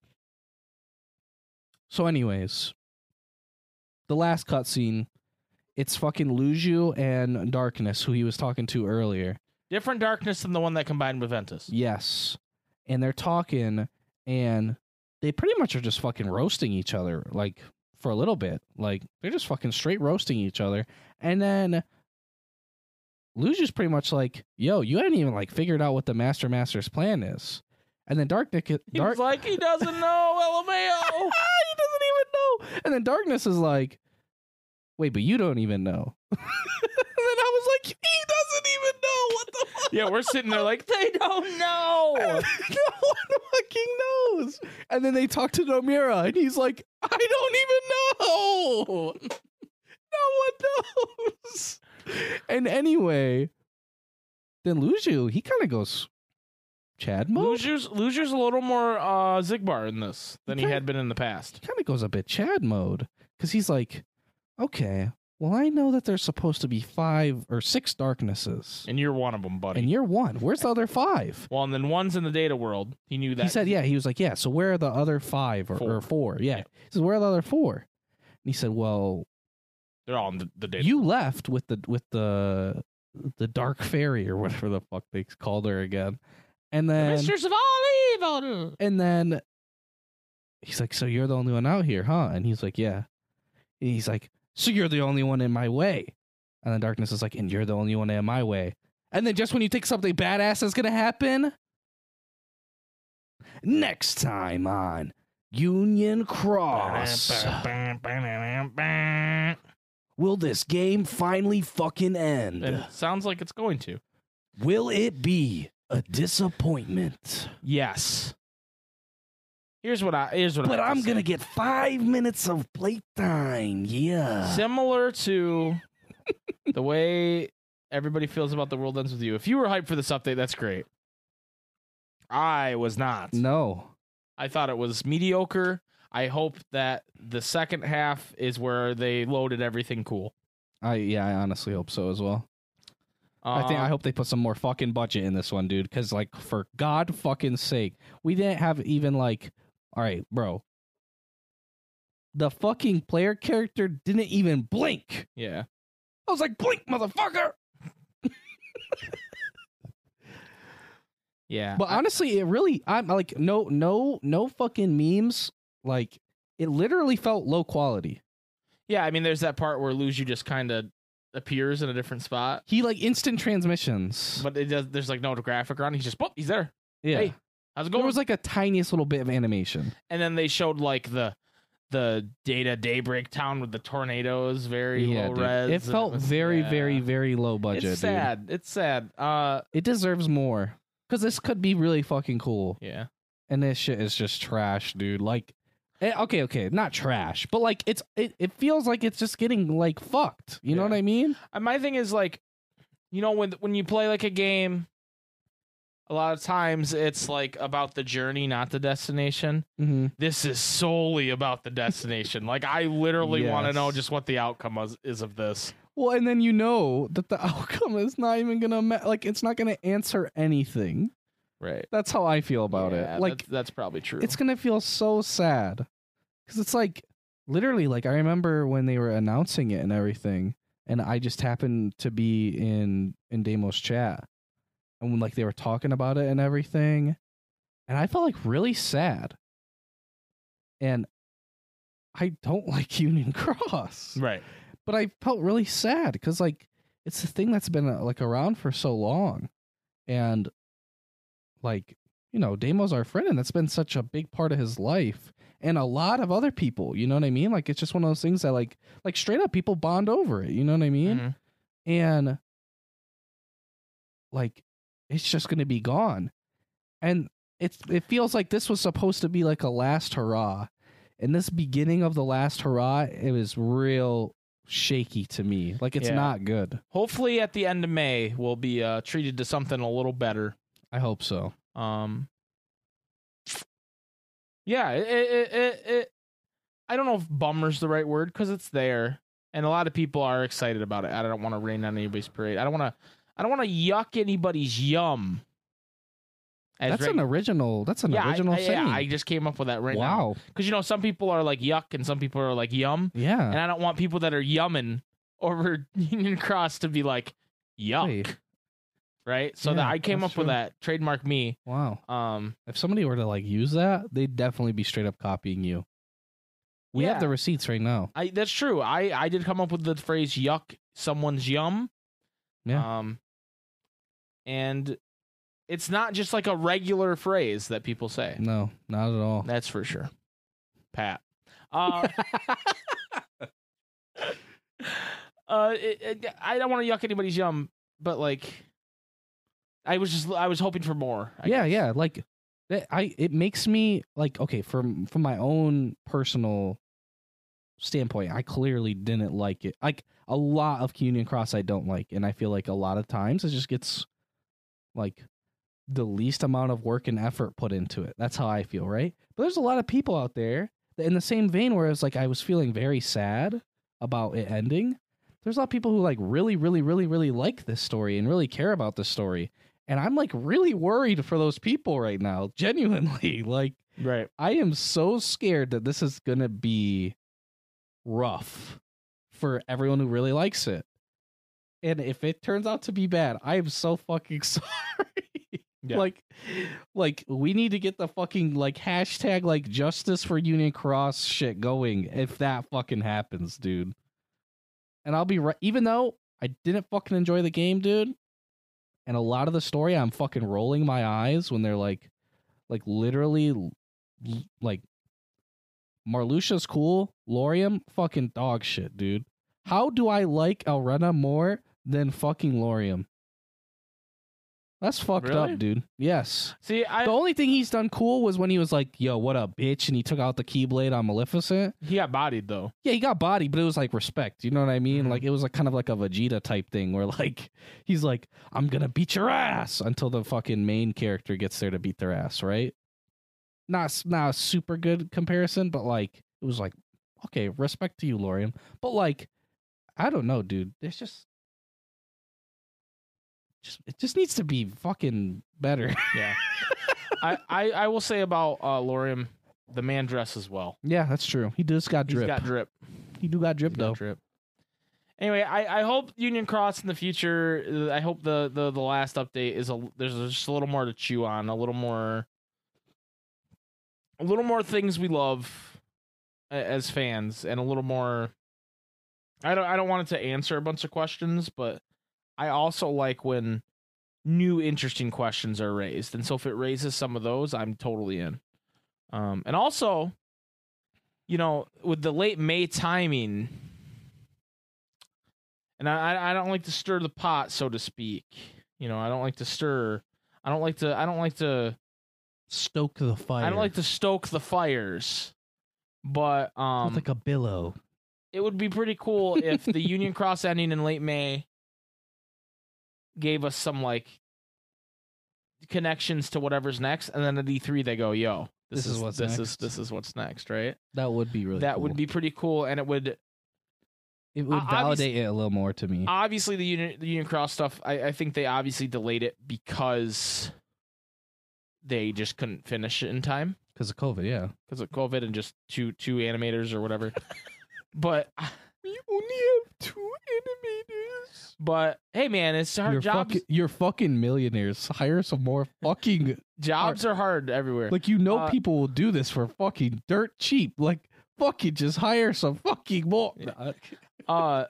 C: So, anyways, the last cutscene It's fucking Luju and Darkness, who he was talking to earlier.
B: Different darkness than the one that combined with Ventus.
C: Yes. And they're talking and they pretty much are just fucking roasting each other like for a little bit. Like they're just fucking straight roasting each other. And then Luja's pretty much like, "Yo, you haven't even like figured out what the Master Master's plan is." And then Dark Nick
B: He
C: Dark
B: was like, he doesn't know, LMAO.
C: "Ah, he doesn't even know. And then Darkness is like, "Wait, but you don't even know." and then I was like, "He doesn't even know what the fuck."
B: yeah, we're sitting there like, they don't know.
C: no one fucking knows. And then they talk to Nomira, and he's like, I don't even know. no one knows. And anyway, then Luju, he kind of goes Chad mode.
B: Loser's, loser's a little more uh, Zigbar in this than he
C: Okay.
B: had been in the past.
C: He kind of goes a bit Chad mode because he's like, okay, well, I know that there's supposed to be five or six darknesses,
B: And you're one of them, buddy.
C: and you're one. Where's the other five?
B: well, and then one's in the data world. He knew that.
C: he said, yeah. He was like, yeah. So where are the other five or
B: Four.
C: four? Or four? Yeah. He says, where are the other four? And he said, well,
B: They're all in the, the data.
C: you left with the with the the dark fairy or whatever the fuck they called her again, and
B: The
C: then
B: mistress of all evil.
C: and then he's like, so you're the only one out here, huh? And he's like, yeah. And he's like, so you're the only one in my way. And then darkness is like, and you're the only one in my way. And then just when you think something badass is gonna happen, next time on Union Cross,
B: And
C: will this game finally fucking end?
B: it sounds like it's going to.
C: Will it be a disappointment?
B: Yes. Here's what I here's what
C: But
B: I have
C: I'm
B: to
C: gonna
B: say.
C: get five minutes of playtime. Yeah.
B: similar to the way everybody feels about the world ends with you. If you were hyped for this update, that's great. I was not.
C: No.
B: I thought it was mediocre. I hope that the second half is where they loaded everything cool.
C: I yeah, I honestly hope so as well. I think
B: Um,
C: I hope they put some more fucking budget in this one, dude. Because like for god fucking sake, we didn't have even like, all right, bro. The fucking player character didn't even blink.
B: Yeah.
C: I was like, blink, motherfucker.
B: Yeah.
C: But honestly, it really, I'm like, no, no, no fucking memes. Like, it literally felt low quality.
B: yeah, I mean there's that part where Luju just kinda appears in a different spot.
C: He like instant transmissions.
B: But it does there's like no graphic around. it. He's just boop, he's there.
C: yeah,
B: hey, How's it
C: there
B: going?
C: was like a tiniest little bit of animation.
B: and then they showed like the the data daybreak town with the tornadoes, very low
C: dude.
B: res.
C: It
B: and
C: felt
B: was-
C: very,
B: yeah.
C: very, very low budget.
B: It's
C: dude.
B: sad. It's sad. Uh,
C: It deserves more because this could be really fucking cool.
B: yeah.
C: And this shit is just trash, dude. Like, eh, okay, okay, not trash, but like it's it, it feels like it's just getting like fucked. You know
B: Yeah.
C: what I mean?
B: And my thing is like, you know, when when you play like a game, a lot of times it's like about the journey, not the destination.
C: Mm-hmm.
B: This is solely about the destination. like I literally want to know
C: Yes.
B: just what the outcome is, is of this.
C: Well, and then you know that the outcome is not even gonna ma- like it's not gonna answer anything.
B: Right.
C: That's how I feel about it. Like
B: that's, that's probably true.
C: it's gonna feel so sad because it's like literally like i remember when they were announcing it and everything and i just happened to be in in demo's chat and when like they were talking about it and everything and i felt like really sad and i don't like union cross
B: right.
C: but I felt really sad because like it's the thing that's been uh, like around for so long, and like you know, Damo's our friend, and that's been such a big part of his life, and a lot of other people. You know what I mean? Like it's just one of those things that like like straight up people bond over it. You know what I mean?
B: Mhm.
C: and like it's just going to be gone and it's it feels like this was supposed to be like a last hurrah and this beginning of the last hurrah it was real shaky to me like it's
B: Yeah.
C: not good
B: Hopefully, at the end of May, we'll be uh, treated to something a little better.
C: i hope so
B: Um, yeah, it, it, it, it, I don't know if bummer's the right word because it's there, and a lot of people are excited about it. I don't want to rain on anybody's parade. I don't want to. I don't want to yuck anybody's yum. As
C: that's
B: right-
C: an original that's an
B: yeah, I-
C: original
B: I,
C: saying
B: Yeah, I just came up with that right now
C: wow
B: because you know some people are like yuck and some people are like yum,
C: yeah
B: and I don't want people that are yumming over Union Cross to be like, yuck,
C: Wait.
B: right? So
C: Yeah,
B: that I came up
C: that's
B: with
C: true.
B: that trademark me.
C: Wow.
B: Um,
C: If somebody were to like use that, they'd definitely be straight up copying you. We
B: Yeah.
C: have the receipts right now.
B: I that's true. I I did come up with the phrase yuck someone's yum.
C: Yeah.
B: Um and it's not just like a regular phrase that people say.
C: No, not at all.
B: That's for sure. Pat. Uh, uh it- it- I don't want to yuck anybody's yum, but like I was just I was hoping for more. I
C: yeah
B: guess.
C: yeah like that i it makes me like okay from from my own personal standpoint i clearly didn't like it like a lot of communion cross i don't like and i feel like a lot of times it just gets like the least amount of work and effort put into it that's how i feel right but there's a lot of people out there that in the same vein where it's like i was feeling very sad about it ending there's a lot of people who like really really really really like this story and really care about this story and I'm like really worried for those people right now. Genuinely, like
B: Right.
C: I am so scared that this is gonna be rough for everyone who really likes it. And if it turns out to be bad, I am so fucking sorry.
B: Yeah.
C: Like, like we need to get the fucking like hashtag like justice for Union Cross shit going if that fucking happens, dude. And I'll be right, even though I didn't fucking enjoy the game, dude. And a lot of the story, I'm fucking rolling my eyes when they're like, like literally, l- like Marluxia's cool, Lorium fucking dog shit, dude. How do I like Elrena more than fucking Lorium? That's fucked
B: Really?
C: up, dude. Yes.
B: See, I
C: The only thing he's done cool was when he was like, "Yo, what up, bitch?" and he took out the keyblade on Maleficent.
B: he got bodied though.
C: Yeah, he got body, but it was like respect. You know what I mean?
B: Mhm.
C: Like it was like kind of like a Vegeta type thing where like he's like, I'm gonna beat your ass until the fucking main character gets there to beat their ass, right? Not s- not a super good comparison, but like it was like, okay, respect to you, Lorian. But like, I don't know, dude. There's just just it just needs to be fucking better.
B: Yeah. I, I I will say about uh Lorium, the man dresses well.
C: yeah, that's true. He just got drip.
B: He's got drip.
C: he do got drip
B: He got
C: though.
B: drip. Anyway, I, I hope Union Cross in the future. uh, I hope the, the the last update is a there's just a little more to chew on, a little more, a little more things we love a- as fans, and a little more. I don't I don't want it to answer a bunch of questions, but I also like when new interesting questions are raised, and so if it raises some of those, I'm totally in. Um, and also, you know, with the late May timing, and I I- I don't like to stir the pot, so to speak. You know, I don't like to stir. I don't like to. I don't like to.
C: Stoke the fire.
B: I don't like to stoke the fires. But um,
C: like a billow.
B: it would be pretty cool if the Union Cross ending in late May gave us some like connections to whatever's next, and then at E3 they go, "Yo, this,
C: This is what's
B: this is
C: next.
B: this is what's next, right?"
C: That would be really.
B: that
C: cool.
B: would be pretty cool, and it would
C: It would
B: Uh, obvious-
C: validate it a little more to me.
B: obviously the Union, the Union Cross stuff. I, I think they obviously delayed it because they just couldn't finish it in time
C: Because of COVID, yeah.
B: because of COVID and just two two animators or whatever. but
D: We only have two animators.
B: but hey, man, it's hard.
C: You're
B: Jobs
C: fucking, you're fucking millionaires. Hire some more fucking.
B: jobs are hard everywhere.
C: Like, you know,
B: Uh,
C: people will do this for fucking dirt cheap. Like, fucking just hire some fucking more.
B: Yeah. uh,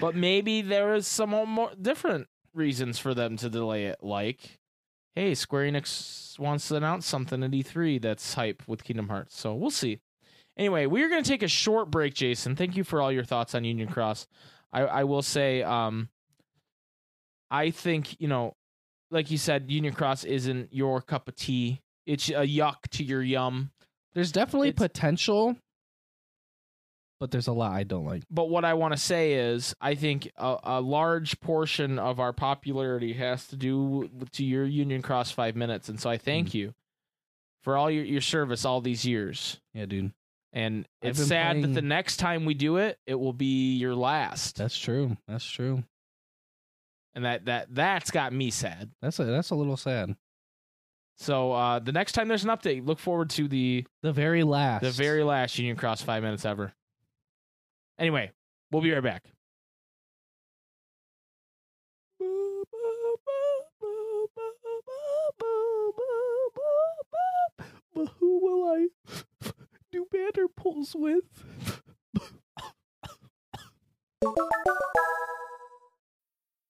B: but maybe there is some more different reasons for them to delay it. Like, hey, Square Enix wants to announce something at E3 that's hype with Kingdom Hearts. So we'll see. Anyway, we are going to take a short break, Jason. Thank you for all your thoughts on Union Cross. I, I will say, um, I think you know, like you said, Union Cross isn't your cup of tea. It's a yuck to your yum.
C: There's definitely
B: It's-
C: potential, but there's a lot I don't like.
B: but what I want to say is, I think a, a large portion of our popularity has to do w- to your Union Cross five minutes, and so I thank
C: Mm-hmm.
B: you for all your, your service all these years.
C: Yeah, dude.
B: And
C: I've
B: it's
C: been
B: sad that
C: playing-
B: the next time we do it, it will be your last,
C: That's true. That's true.
B: and that that that's got me sad.
C: That's a that's a little sad.
B: So uh, the next time there's an update, look forward to the
C: The very last.
B: the very last Union Cross five minutes ever. Anyway, we'll be right back.
D: deals with.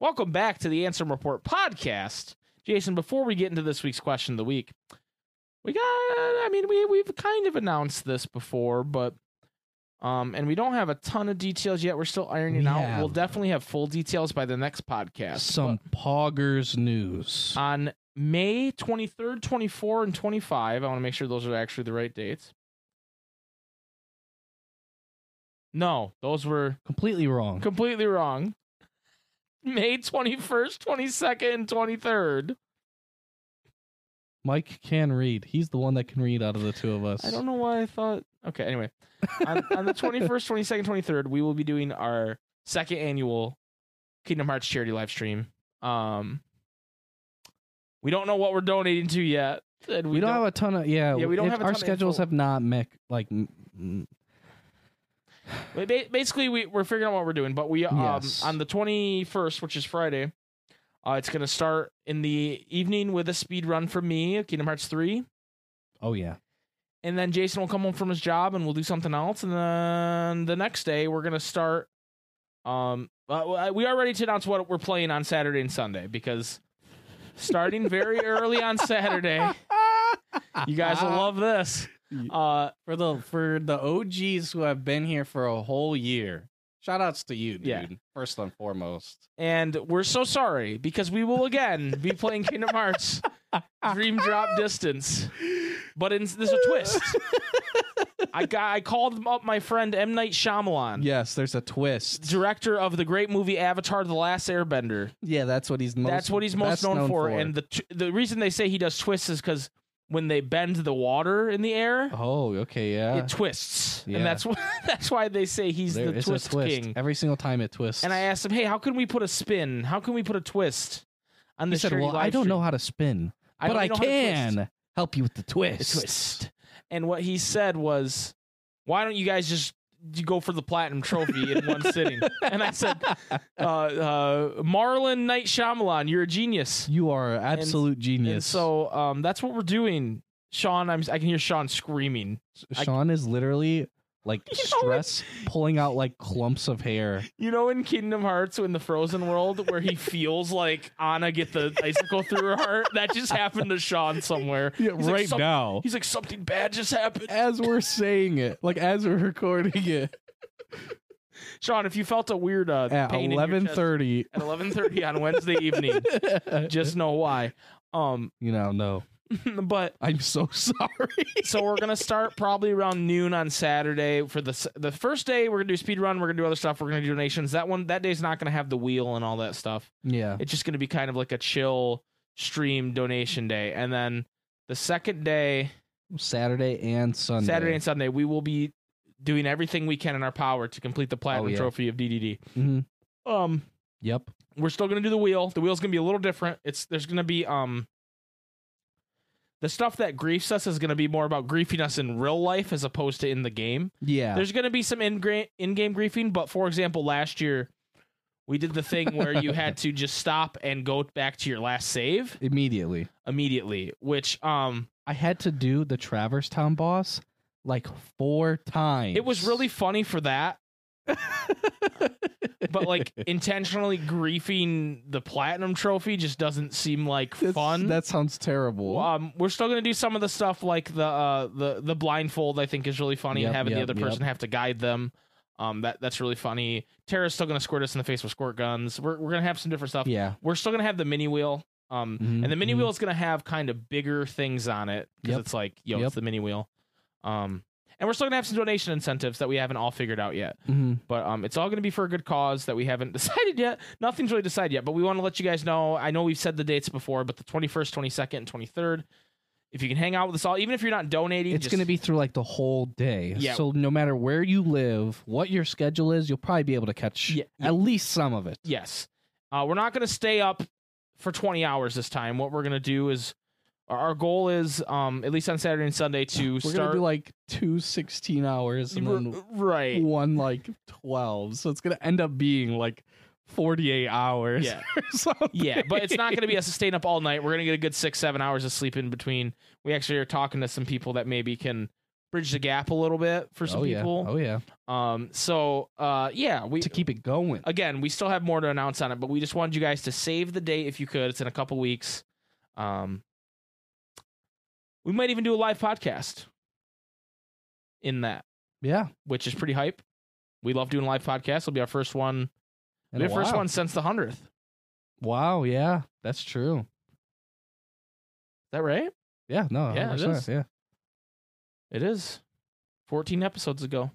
B: Welcome back to the Answer Report podcast. Jason, before we get into this week's question of the week, we got I mean, we we've kind of announced this before, but um and we don't have a ton of details yet. We're still ironing
C: We
B: out.
C: have-
B: We'll definitely have full details by the next podcast.
C: Some poggers news.
B: But
D: Uh,
B: on May 23rd, 24 and 25. I want to make sure those are actually the right dates. No, those were
C: Completely wrong.
B: completely wrong. May 21st, 22nd, and 23rd.
C: Mike can read. He's the one that can read out of the two of us.
B: I don't know why I thought. Okay, anyway. On, on the 21st, 22nd, 23rd, we will be doing our second annual Kingdom Hearts charity live stream. Um, we don't know what we're donating to yet. and
C: We, don't, have a ton of yeah.
B: Yeah, we don't
C: it-
B: have a
C: our
B: ton of
C: schedules
B: info.
C: have not met like. m- m-
B: Ba- ba- Basically, we, we're figuring out what we're doing, but we um
C: Yes.
B: on the twenty first, which is Friday, uh, it's gonna start in the evening with a speed run for me of Kingdom Hearts three,
C: Oh yeah,
B: and then Jason will come home from his job and we'll do something else, and then the next day we're gonna start. Um, uh, we are ready to announce what we're playing on Saturday and Sunday because starting very early on Saturday, you guys will love this. Uh,
D: for the for the OGs who have been here for a whole year. Shout outs to you, dude.
B: Yeah.
D: First and foremost.
B: And we're so sorry because we will again be playing Kingdom Hearts Dream Drop Distance. But in, there's a twist. I got I called up my friend M Night Shyamalan,
D: Yes, there's a twist.
B: director of the great movie Avatar: The Last Airbender.
D: yeah, that's what he's most,
B: That's what he's most
D: best
B: known, for. And the t- the reason they say he does twists is because when they bend the water in the air,
C: oh okay, yeah.
B: it twists,
C: Yeah.
B: and that's why that's why they say he's
C: There
B: the
C: is
B: twist,
C: a twist
B: king.
C: every single time. It twists.
B: And I asked him, "Hey, how can we put a spin? How can we put a twist on
C: he
B: this?"
C: said,
B: charity
C: "Well, I
B: live
C: don't
B: stream?"
C: know how to spin, but
B: don't
C: I
B: know how to twist."
C: can help you with the
B: A
C: twist."
B: twist. And what he said was, "Why don't you guys just you go for the platinum trophy in one sitting?" And I said, uh, uh, "Marlon Knight Shyamalan, you're a genius."
C: You are an absolute genius.
B: And so um, that's what we're doing. Sean, I'm, I can hear Sean screaming. I-
C: Sean is literally like
B: You know what?
C: stress pulling out like clumps of hair.
B: You know, in Kingdom Hearts, in the Frozen world, where he feels like Anna get the icicle through her heart, that just happened to Sean somewhere. He's like, "Some-
C: now.
B: He's like, something bad just happened.
C: As we're saying it, like as we're recording it
B: Sean, if you felt a weird uh,
C: at
B: pain in your chest
C: eleven thirty,
B: at eleven thirty on Wednesday evening, just know why. Um,
C: you know, no.
B: but
C: I'm so sorry.
B: so we're gonna start probably around noon on Saturday for the s- the first day. We're gonna do speed run. We're gonna do other stuff. We're gonna do donations. That one that day's not gonna have the wheel and all that stuff.
C: Yeah.
B: It's just gonna be kind of like a chill stream donation day, and then the second day.
C: Saturday and Sunday.
B: Saturday and Sunday, we will be doing everything we can in our power to complete the platinum
C: Oh, yeah.
B: trophy of DDD.
C: Mhm.
B: Um,
C: Yep.
B: we're still gonna do the wheel. The wheel's gonna be a little different. It's there's gonna be um, the stuff that griefs us is gonna be more about griefing us in real life as opposed to in the game.
C: Yeah.
B: There's gonna be some in in game griefing, but for example, last year we did the thing where you had to just stop and go back to your last save
C: Immediately.
B: immediately, which um
C: I had to do the Traverse Town boss like four times.
B: It was really funny for that. but like intentionally griefing the platinum trophy just doesn't seem like
C: That's-
B: fun.
C: That sounds terrible.
B: um, we're still gonna do some of the stuff like the uh, the the blindfold. I think is really funny, and
C: Yep,
B: having
C: yep,
B: the other
C: yep.
B: person have to guide them. Um, that that's really funny. Tara's still gonna squirt us in the face with squirt guns. We're we're gonna have some different stuff.
C: Yeah.
B: We're still gonna have the mini wheel. Um, and
C: Mhm,
B: the mini
C: mhm.
B: wheel is gonna have kind of bigger things on it because
C: Yep.
B: it's like yo,
C: Yep.
B: it's the mini wheel. Um, and we're still gonna have some donation incentives that we haven't all figured out yet.
C: Mhm.
B: But um, it's all going to be for a good cause that we haven't decided yet. Nothing's really decided yet, but we want to let you guys know. I know we've said the dates before, but the 21st, 22nd, and 23rd. If you can hang out with us all, even if you're not donating,
C: It's
B: just-
C: going to be through like the whole day.
B: Yeah.
C: So no matter where you live, what your schedule is, you'll probably be able to catch
B: Yeah, yeah.
C: at least some of it.
B: Yes. Uh, we're not going to stay up for 20 hours this time. What we're going to do is our- our goal is, um, at least on Saturday and Sunday, to
D: We're
B: start.
D: gonna do like two 16 hours and then
B: R- right.
D: one like 12. So it's gonna end up being like 48 hours.
B: Yeah.
D: or something.
B: Yeah, but it's not going to be us staying up all night. We're going to get a good six, seven hours of sleep in between. We actually are talking to some people that maybe can bridge the gap a little bit for some
C: oh,
B: people.
C: yeah. Oh, yeah.
B: Um, so uh, yeah, we
C: To keep it going.
B: again, we still have more to announce on it, but we just wanted you guys to save the date if you could. It's in a couple weeks. Um, we might even do a live podcast in that,
C: Yeah.
B: which is pretty hype. We love doing live podcasts. It'll be our first one.
C: In
B: It'll
C: a
B: be our first
C: while.
B: one since the hundredth. Is
C: Wow. Yeah. That's true.
B: that right?
C: Yeah. No.
B: Yeah, it
C: 100%,
B: is.
C: Yeah.
B: It is. Fourteen episodes ago.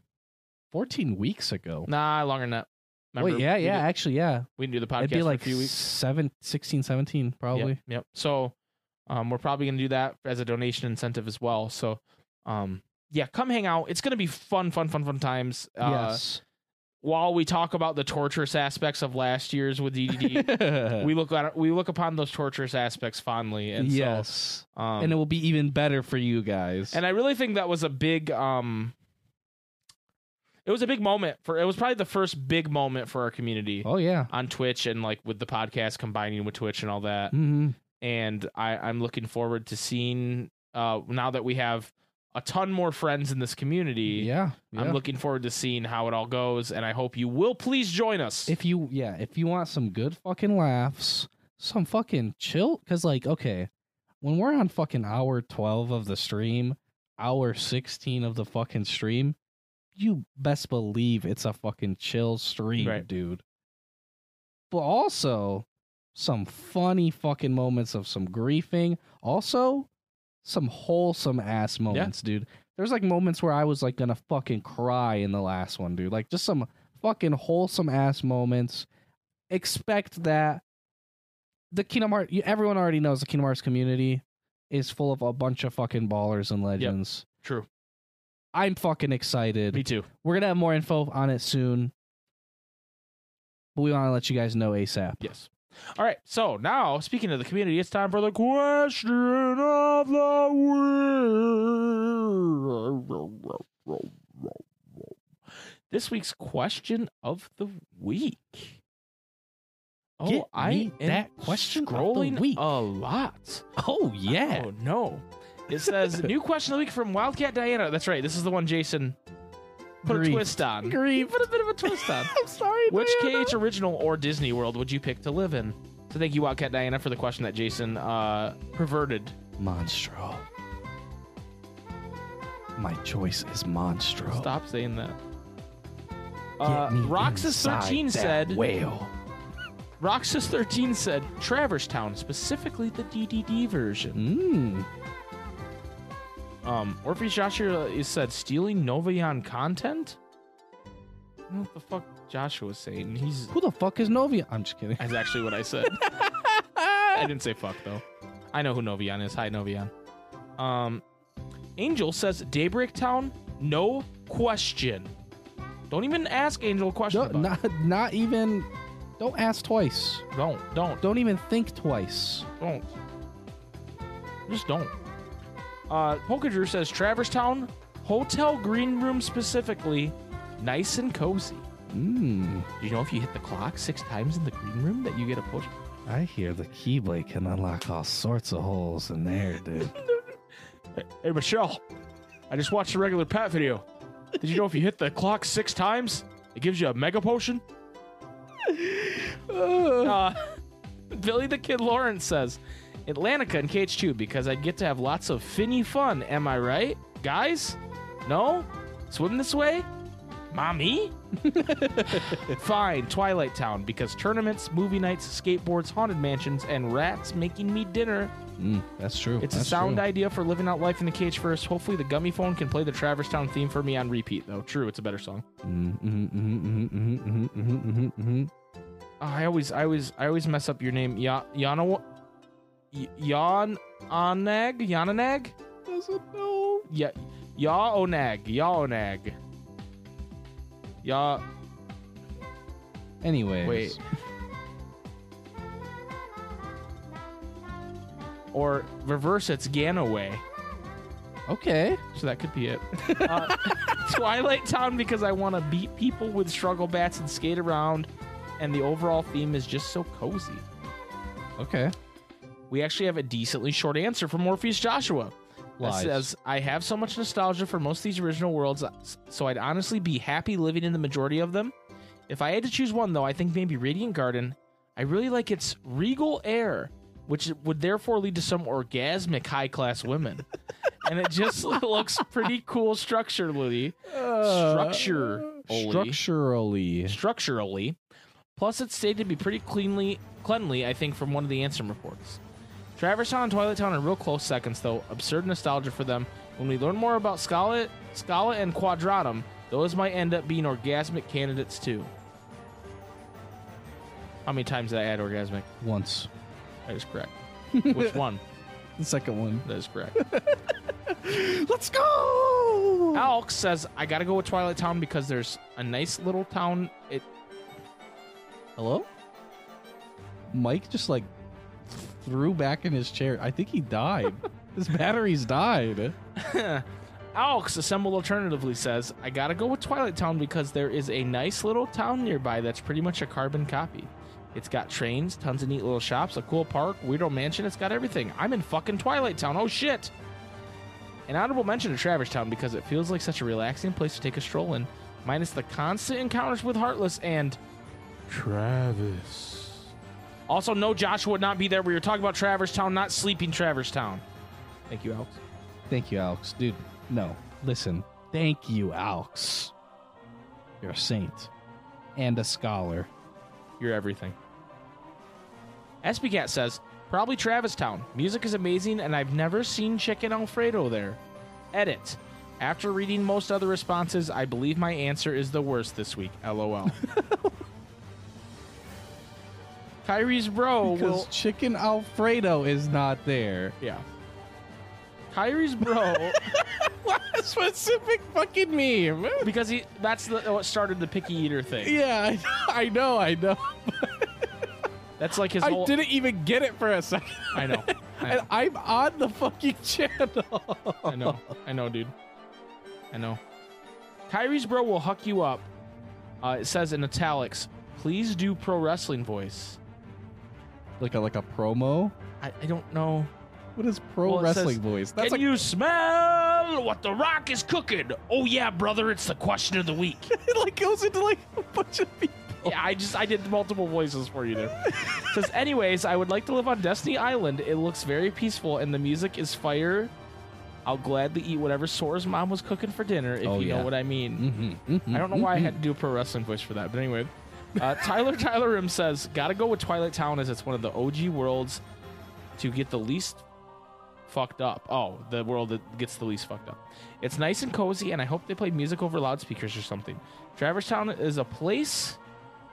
C: 14 weeks ago.
B: Nah, longer than that.
C: Wait, yeah,
B: we
C: yeah,
B: Did,
C: actually, yeah.
B: we didn't do the podcast
C: It'd be like
B: for a few weeks.
C: seven, 16, 17, probably.
B: Yep. yep. So um, we're probably going to do that as a donation incentive as well. So um, yeah, come hang out. It's going to be fun, fun, fun, fun times. Uh,
C: yes.
B: While we talk about the torturous aspects of last year's with DDD,
C: we,
B: we look at we look upon those torturous aspects fondly, and
C: yes.
B: so um,
C: and it will be even better for you guys.
B: And I really think that was a big um it was a big moment for it was probably the first big moment for our community
C: oh, yeah.
B: on Twitch and like with the podcast combining with Twitch and all that.
C: hmm
B: And I, I'm looking forward to seeing uh now that we have a ton more friends in this community.
C: Yeah. yeah.
B: I'm looking forward to seeing how it all goes, and I hope you will please join us.
C: if you yeah if you want some good fucking laughs some fucking chill because like okay when we're on fucking hour 12 of the stream hour 16 of the fucking stream you best believe it's a fucking chill stream
B: Right.
C: dude but also some funny fucking moments of some griefing also some wholesome ass moments dude there's like moments where i was like gonna fucking cry in the last one dude like just some fucking wholesome ass moments. Expect that the Kingdom Hearts. Everyone already knows the Kingdom Hearts community is full of a bunch of fucking ballers and legends.
B: True.
C: I'm fucking excited.
B: Me too.
C: We're gonna have more info on it soon, but we want to let you guys know ASAP.
B: Yes. All right. So now, speaking of the community, it's time for the question of the week. This week's question of the week. Oh,
C: Get
B: I
C: me
B: am
C: that question of the
B: scrolling
C: week.
B: a lot.
C: Oh yeah.
B: Oh no! It says new question of the week from Wildcat Diana. That's right. This is the one Jason put a
C: Grief.
B: twist on.
C: Grief.
B: Put a bit of a twist on.
C: I'm sorry.
B: Which
C: Diana.
B: KH original or Disney World would you pick to live in? So thank you, Wildcat Diana, for the question that Jason uh, perverted.
C: Monstro. My choice is Monstro.
B: Stop saying that.
C: Oh.
B: Uh,
C: Get me inside
B: Roxas13
C: that
B: said.
C: whale.
B: Roxas13 said Traverse Town, specifically the DDD version. Hmm.
C: Mm.
B: Um, Orpheus Joshua is said stealing Novion content. I don't know what the fuck Joshua's saying. He's
C: Who the fuck is Novia? I'm just kidding.
B: that's actually what I said. I didn't say fuck though. I know who Novion is. Hi Novion. Um, Angel says Daybreak Town. No question. Don't even ask Angel a question.
C: Don't,
B: about it.
C: not, not even. Don't ask twice.
B: don't, don't,
C: Don't even think twice.
B: don't. Just don't. Uh, Polkager says Traverse Town, hotel green room specifically, nice and cozy.
C: Mmm.
B: Do you know if you hit the clock six times in the green room that you get a push?
C: I hear the Keyblade can unlock all sorts of holes in there, dude.
B: Hey, Michelle, I just watched the regular Pat video. Did you know if you hit the clock six times, it gives you a mega potion? Uh, Billy the Kid Lawrence says Atlantica and KH2 because I'd get to have lots of finny fun. Am I right, guys? No? Swim this way? Mommy? Fine, Twilight Town, because tournaments, movie nights, skateboards, haunted mansions, and rats making me dinner.
C: Mm, that's true.
B: It's
C: That's
B: a sound
C: true.
B: idea for living out life in the cage first. Hopefully, the gummy phone can play the Traverse Town theme for me on repeat, though. True, it's a better song.
C: Mm, mhm, mhm, mhm,
D: mm,
C: mhm, mhm, mhm, mhm, mhm.
B: Oh, I always, I always, I always mess up your name. Ya- Yana, Yan Onag, Yananag,
D: Doesn't know.
B: Ya, Ya Onag, Ya Onag, Ya.
C: Anyways,
B: Wait. Or reverse, it's Ganaway.
C: Okay.
B: So that could be it. Uh, Twilight Town because I want to beat people with struggle bats and skate around, and the overall theme is just so cozy.
C: Okay.
B: We actually have a decently short answer from Morpheus Joshua. That
C: Lies.
B: says, I have so much nostalgia for most of these original worlds, uh, so I'd honestly be happy living in the majority of them. If I had to choose one, though, I think maybe Radiant Garden. I really like its regal air, which would therefore lead to some orgasmic high class women. and it just looks pretty cool structurally.
C: Uh,
B: Structure.
C: Structurally.
B: Structurally. Plus, it's stated to be pretty cleanly, cleanly, I think, from one of the answer reports. Traverse Town and Twilight Town are real close seconds, though. Absurd nostalgia for them. When we learn more about Scala, Scala and Quadratum, those might end up being orgasmic candidates, too. How many times did I add orgasmic?
C: Once.
B: That is correct. Which one?
D: The second one.
B: That is correct.
D: Let's go.
B: Alex says, I gotta go with Twilight Town because there's a nice little town. It
D: Hello? Mike just like threw back in his chair. I think he died. his batteries died.
B: Alex Assembled alternatively says, I gotta go with Twilight Town because there is a nice little town nearby that's pretty much a carbon copy. It's got trains, tons of neat little shops, a cool park, weirdo mansion, it's got everything. I'm in fucking Twilight Town, oh shit! An honorable mention to Traverse Town because it feels like such a relaxing place to take a stroll in, minus the constant encounters with Heartless and Travis. Also, no, Joshua would not be there. We were talking about Traverse Town, not sleeping Traverse Town. Thank you, Alex.
C: Thank you, Alex. Dude, no. Listen. Thank you, Alex. You're a saint and a scholar.
B: You're everything. SBCat says, probably Travistown. Music is amazing, and I've never seen Chicken Alfredo there. Edit. After reading most other responses, I believe my answer is the worst this week. LOL. Kyrie's bro
D: Because
B: will.
D: chicken Alfredo is not there.
B: Yeah. Kyrie's bro,
D: What a specific fucking meme.
B: because he that's the, what started the picky eater thing.
D: Yeah, I, I know, I know.
B: That's like his
D: I
B: whole.
D: didn't even get it for a second.
B: I know. I know.
D: And I'm on the fucking channel.
B: I know. I know, dude. I know. Kyrie's bro will huck you up. Uh, it says in italics, please do pro wrestling voice.
D: Like a like a promo?
B: I, I don't know.
D: What is pro
B: Well, it says,
D: wrestling voice? That's
B: Can
D: like
B: you smell what the rock is cooking? Oh yeah, brother, it's the question of the week.
D: it like goes into like a bunch of people.
B: yeah, I just I did multiple voices for you there. It says, anyways, I would like to live on Destiny Island. It looks very peaceful and the music is fire. I'll gladly eat whatever Sora's mom was cooking for dinner, if
C: Oh,
B: you
C: yeah.
B: know what I mean.
C: Mm-hmm,
B: I don't know why I had to do a pro wrestling voice for that, but anyway. Uh, Tyler Tyler Rim says, "Gotta go with Twilight Town as it's one of the OG worlds to get the least fucked up. Oh, the world that gets the least fucked up. It's nice and cozy, and I hope they play music over loudspeakers or something. Traverse Town is a place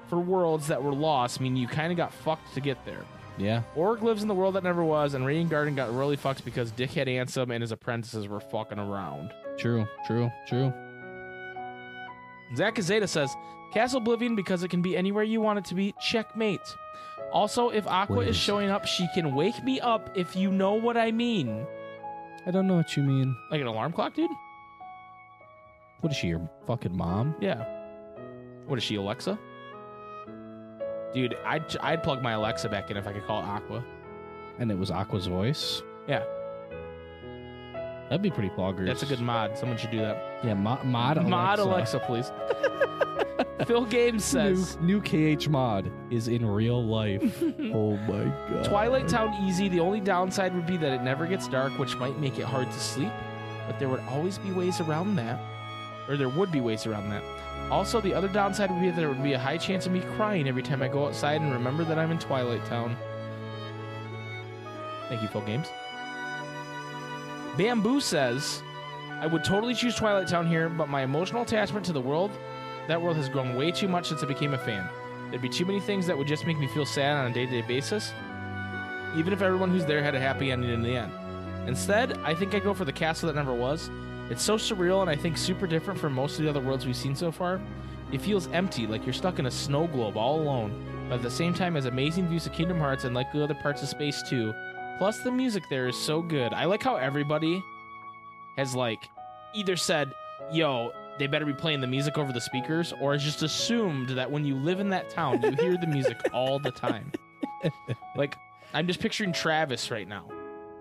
B: for worlds that were lost, meaning you kind of got fucked to get there.
C: Yeah.
B: Org lives in the world that never was, and Radiant Garden got really fucked because Dickhead Ansem and his apprentices were fucking around."
C: True. True. True.
B: Zach Azeta says, Castle Oblivion because it can be anywhere you want it to be. Checkmate. Also, if Aqua
C: Wait a
B: is showing up, she can wake me up if you know what I mean.
C: I don't know what you mean.
B: Like an alarm clock, dude?
C: What is she, your fucking mom?
B: Yeah. What is she, Alexa? Dude, I'd, I'd plug my Alexa back in if I could call it Aqua.
C: And it was Aqua's voice?
B: Yeah.
C: That'd be pretty bloggers.
B: That's a good mod. Someone should do that.
C: Yeah, mo- mod Alexa.
B: Mod Alexa, please. Phil Games says.
C: New, new KH mod is in real life. oh my god.
B: Twilight Town easy. The only downside would be that it never gets dark, which might make it hard to sleep. But there would always be ways around that, or there would be ways around that. Also, the other downside would be that there would be a high chance of me crying every time I go outside and remember that I'm in Twilight Town. Thank you, Phil Games. Bamboo says, I would totally choose Twilight Town here, but my emotional attachment to the world, that world has grown way too much since I became a fan. There'd be too many things that would just make me feel sad on a day to day basis, even if everyone who's there had a happy ending in the end. Instead, I think I go for the castle that never was. It's so surreal and I think super different from most of the other worlds we've seen so far. It feels empty, like you're stuck in a snow globe all alone, but at the same time has amazing views of Kingdom Hearts and likely other parts of space too. Plus, the music there is so good. I like how everybody has like either said, "Yo, they better be playing the music over the speakers," or has just assumed that when you live in that town, you hear the music all the time. Like, I'm just picturing Travis right now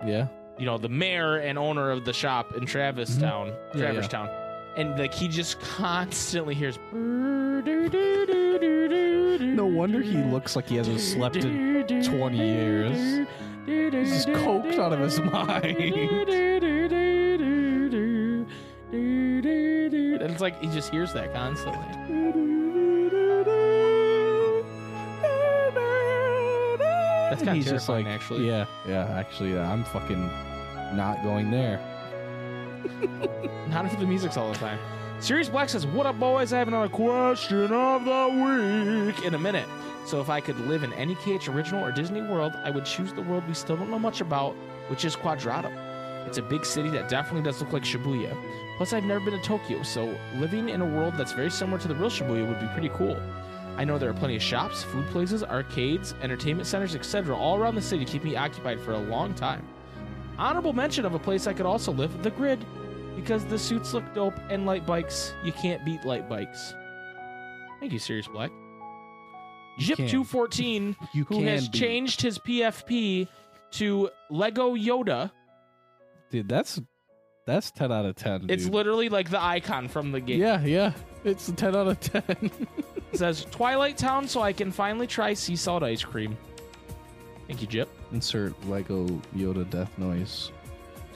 D: Yeah.
B: you know, the mayor and owner of the shop in Travis
D: Mhm.
B: Town,
D: Yeah,
B: Travis
D: yeah.
B: Town, and like he just constantly hears. No
D: No wonder he looks like he hasn't slept in. 20 years.
B: He's
D: just coked out of his mind.
B: And it's like he just hears that constantly. That's kind of
D: He's just
B: terrifying,
D: like,
B: actually.
D: Yeah, yeah. Actually, yeah, I'm fucking not going there.
B: Not if the music's all the time. Sirius Black says, What up, boys? I have another question of the week in a minute. So, if I could live in any KH original or Disney world, I would choose the world we still don't know much about, which is Quadrato. It's a big city that definitely does look like Shibuya. Plus, I've never been to Tokyo, so living in a world that's very similar to the real Shibuya would be pretty cool. I know there are plenty of shops, food places, arcades, entertainment centers, etc., all around the city to keep me occupied for a long time. Honorable mention of a place I could also live, the grid because the suits look dope and light bikes. You can't beat light bikes. Thank you, Sirius Black.
D: You can.
B: Jip214,
D: You
B: who
D: can
B: has
D: be.
B: changed his PFP to Lego Yoda.
D: Dude, that's that's ten out of ten.
B: It's
D: dude.
B: literally like the icon from the game.
D: yeah, yeah. It's a ten out of ten.
B: It says Twilight Town, so I can finally try sea salt ice cream. Thank you, Jip.
D: Insert Lego Yoda death noise.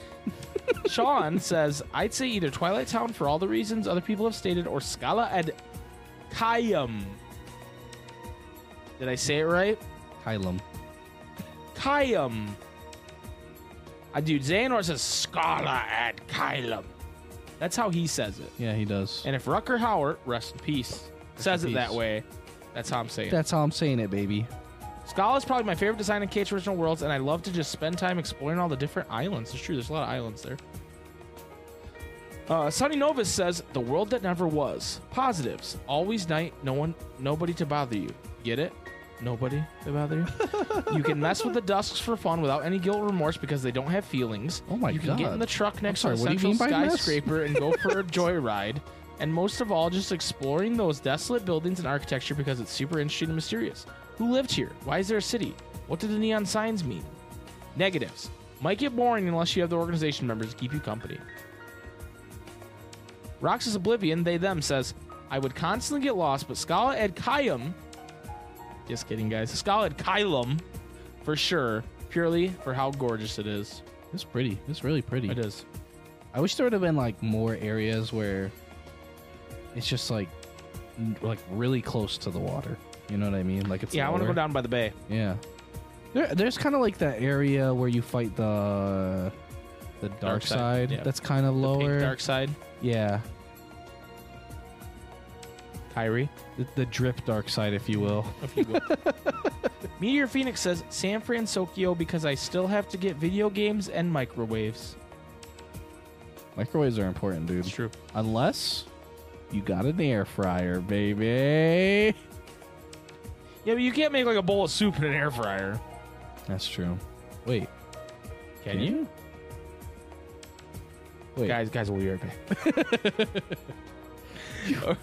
B: Sean says, I'd say either Twilight Town for all the reasons other people have stated or Scala ad Kayum. Did I say it right?
C: Kylum.
B: Kylum. Uh, dude, Xehanort says Scala at Kylum. That's how he says it.
D: Yeah, he does.
B: And if Rucker Howard, rest in peace, says
D: in
B: it that
D: peace.
B: way, that's how I'm saying it.
C: That's how I'm saying it, baby.
B: Scala is probably my favorite design in Kate's Original Worlds, and I love to just spend time exploring all the different islands. It's true, there's a lot of islands there. Uh, Sonny Novus says, "The world that never was. Positives: always night, no one, nobody to bother you. Get it? Nobody to bother you. you can mess with the dusks for fun without any guilt or remorse because they don't have feelings.
D: Oh my
B: You can get in
D: God.
B: the truck next
D: sorry,
B: to a
D: what do you
B: central
D: mean by mess?
B: skyscraper and go for a joyride. And most of all, just exploring those desolate buildings and architecture because it's super interesting and mysterious. Who lived here? Why is there a city? What do the neon signs mean? Negatives: might get boring unless you have the organization members to keep you company." Roxas Oblivion, they them says, I would constantly get lost, but Scala Ed Kylum, just kidding, guys. Scala Ed Kylum, for sure, purely for how gorgeous it is.
C: It's pretty. It's really pretty.
B: It is.
C: I wish there would have been like more areas where it's just like n- like really close to the water. You know what I mean? Like it's
B: Yeah, I want to
C: lower.
B: go down by the bay.
C: Yeah, there, there's kind of like that area where you fight the the dark,
B: Dark side,
C: side.
B: yeah.
C: That's kind of lower.
B: The pink dark side.
C: Yeah,
B: Kyrie,
C: the, the drip dark side, if you will.
B: if you will. Meteor Phoenix says, San Francisco because I still have to get video games and microwaves.
D: Microwaves are important, dude.
B: It's true.
D: Unless you got an air fryer, baby.
B: Yeah, but you can't make like a bowl of soup in an air fryer.
D: That's true. Wait,
B: Can you?
D: Wait.
B: Guys, guys, we'll be right back.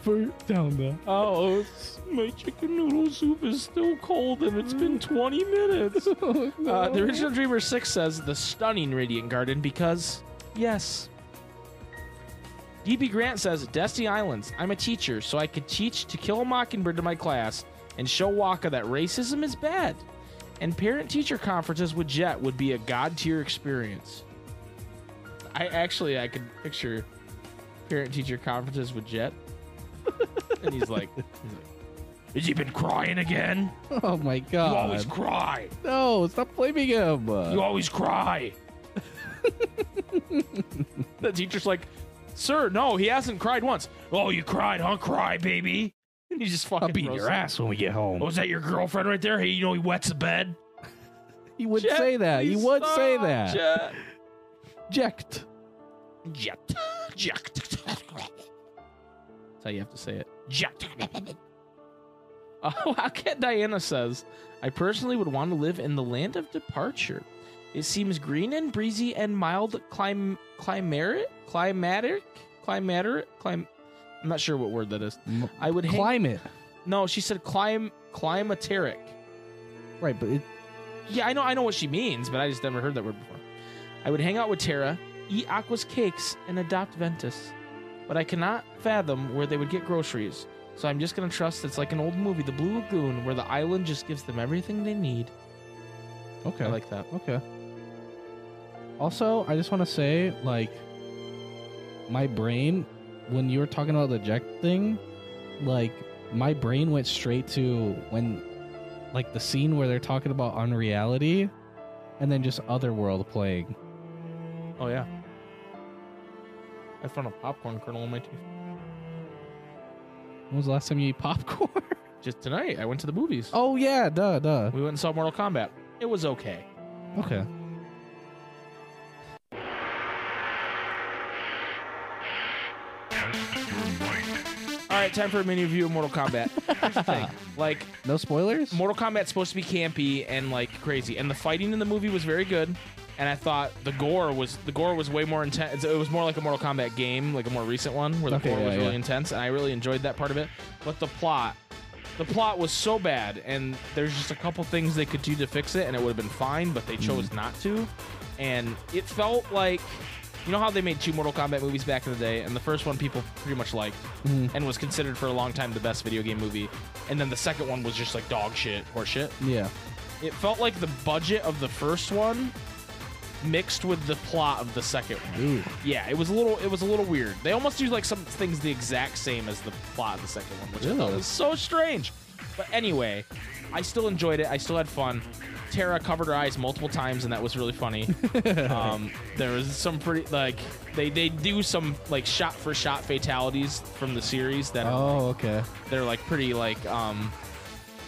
D: Burnt down the
B: Oh, it's- my chicken noodle soup is still cold and it's been 20 minutes.
D: Oh,
B: uh, the original Dreamer 6 says the stunning Radiant Garden because, yes. DB Grant says Destiny Islands. I'm a teacher, so I could teach to kill a mockingbird to my class and show Waka that racism is bad. And parent teacher conferences with Jet would be a god tier experience. I actually I could picture parent teacher conferences with Jet. And he's like, he's like, has he been crying again?
D: Oh my
B: You
C: Uh,
D: god.
B: always cry.
D: No, stop blaming him. Uh,
B: You always cry. the teacher's like, Sir, no, he hasn't cried once. Oh, you cried, huh? Cry, baby. And he just fucking
C: I'll beat
B: throws
C: your
B: him.
C: ass when we get home.
B: Oh, is that your girlfriend right there? Hey, you know he wets the bed.
D: he would say that. He would say that.
B: Jet.
D: Eject.
B: Jet. Jet. That's how you have to say it. Jet. Oh, Cat Diana says, I personally would want to live in the land of departure. It seems green and breezy and mild clim- climeric? climatic climatic clim I'm not sure what word that is.
C: M-
B: I would hate
C: Climate.
B: No, she said clim climateric.
C: Right, but it,
B: Yeah, I know I know what she means, but I just never heard that word before. I would hang out with Terra, eat Aqua's cakes, and adopt Ventus. But I cannot fathom where they would get groceries, so I'm just gonna trust it's like an old movie, The Blue Lagoon, where the island just gives them everything they need.
C: okay.
B: I like that.
C: Okay. Also, I just want to say, like, my brain, when you were talking about the Jack thing, like, my brain went straight to when, like, the scene where they're talking about unreality and then just Otherworld playing.
B: Oh yeah. I found a popcorn kernel in my teeth.
C: When was the last time you ate popcorn?
B: Just tonight, I went to the movies.
C: oh, yeah, duh, duh.
B: We went and saw Mortal Kombat. It was okay.
C: Okay.
B: All right, time for a mini review of Mortal Kombat. Here's the thing. Like,
C: No spoilers?
B: Mortal Kombat's supposed to be campy and like crazy, and the fighting in the movie was very good. And I thought the gore was the gore was way more intense. It was more like a Mortal Kombat game, like a more recent one, where the
C: Okay,
B: gore
C: yeah,
B: was
C: yeah.
B: really intense, and I really enjoyed that part of it. But the plot, the plot was so bad, and there's just a couple things they could do to fix it, and it would have been fine, but
C: Mm-hmm.
B: they chose not to. And it felt like, you know how they made two Mortal Kombat movies back in the day, and the first one people pretty much liked,
C: Mm-hmm.
B: and was considered for a long time the best video game movie, and then the second one was just like dog shit or shit.
C: yeah.
B: It felt like the budget of the first one mixed with the plot of the second one.
C: Ooh.
B: Yeah, it was a little it was a little weird. They almost do like some things the exact same as the plot of the second one, which I thought
C: Ew.
B: was so strange. But anyway, I still enjoyed it. I still had fun. Tara covered her eyes multiple times, and that was really funny. um, there was some pretty like they they do some like shot for shot fatalities from the series that are
C: Oh, okay.
B: they're like pretty like um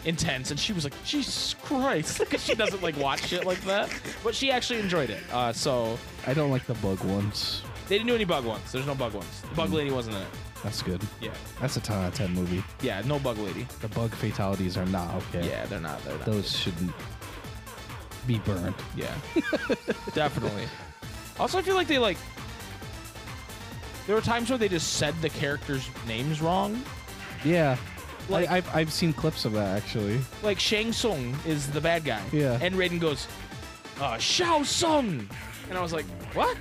B: intense and she was like jesus christ because she doesn't like watch shit like that but she actually enjoyed it uh, so
C: I don't like the bug ones.
B: they didn't do any bug ones there's no bug ones the bug lady wasn't in it
C: That's good.
B: yeah
C: That's a 10 out of 10 movie.
B: yeah no bug lady
C: The bug fatalities are not okay.
B: yeah they're not they're not
C: Those shouldn't be burned.
B: yeah definitely also i feel like they like there were times where they just said the characters names wrong
C: Yeah.
B: Like-
C: Like I've, I've seen clips of that actually.
B: like Shang Tsung is the bad guy.
C: Yeah.
B: And Raiden goes, uh, Shao Tsung. And I was like, what?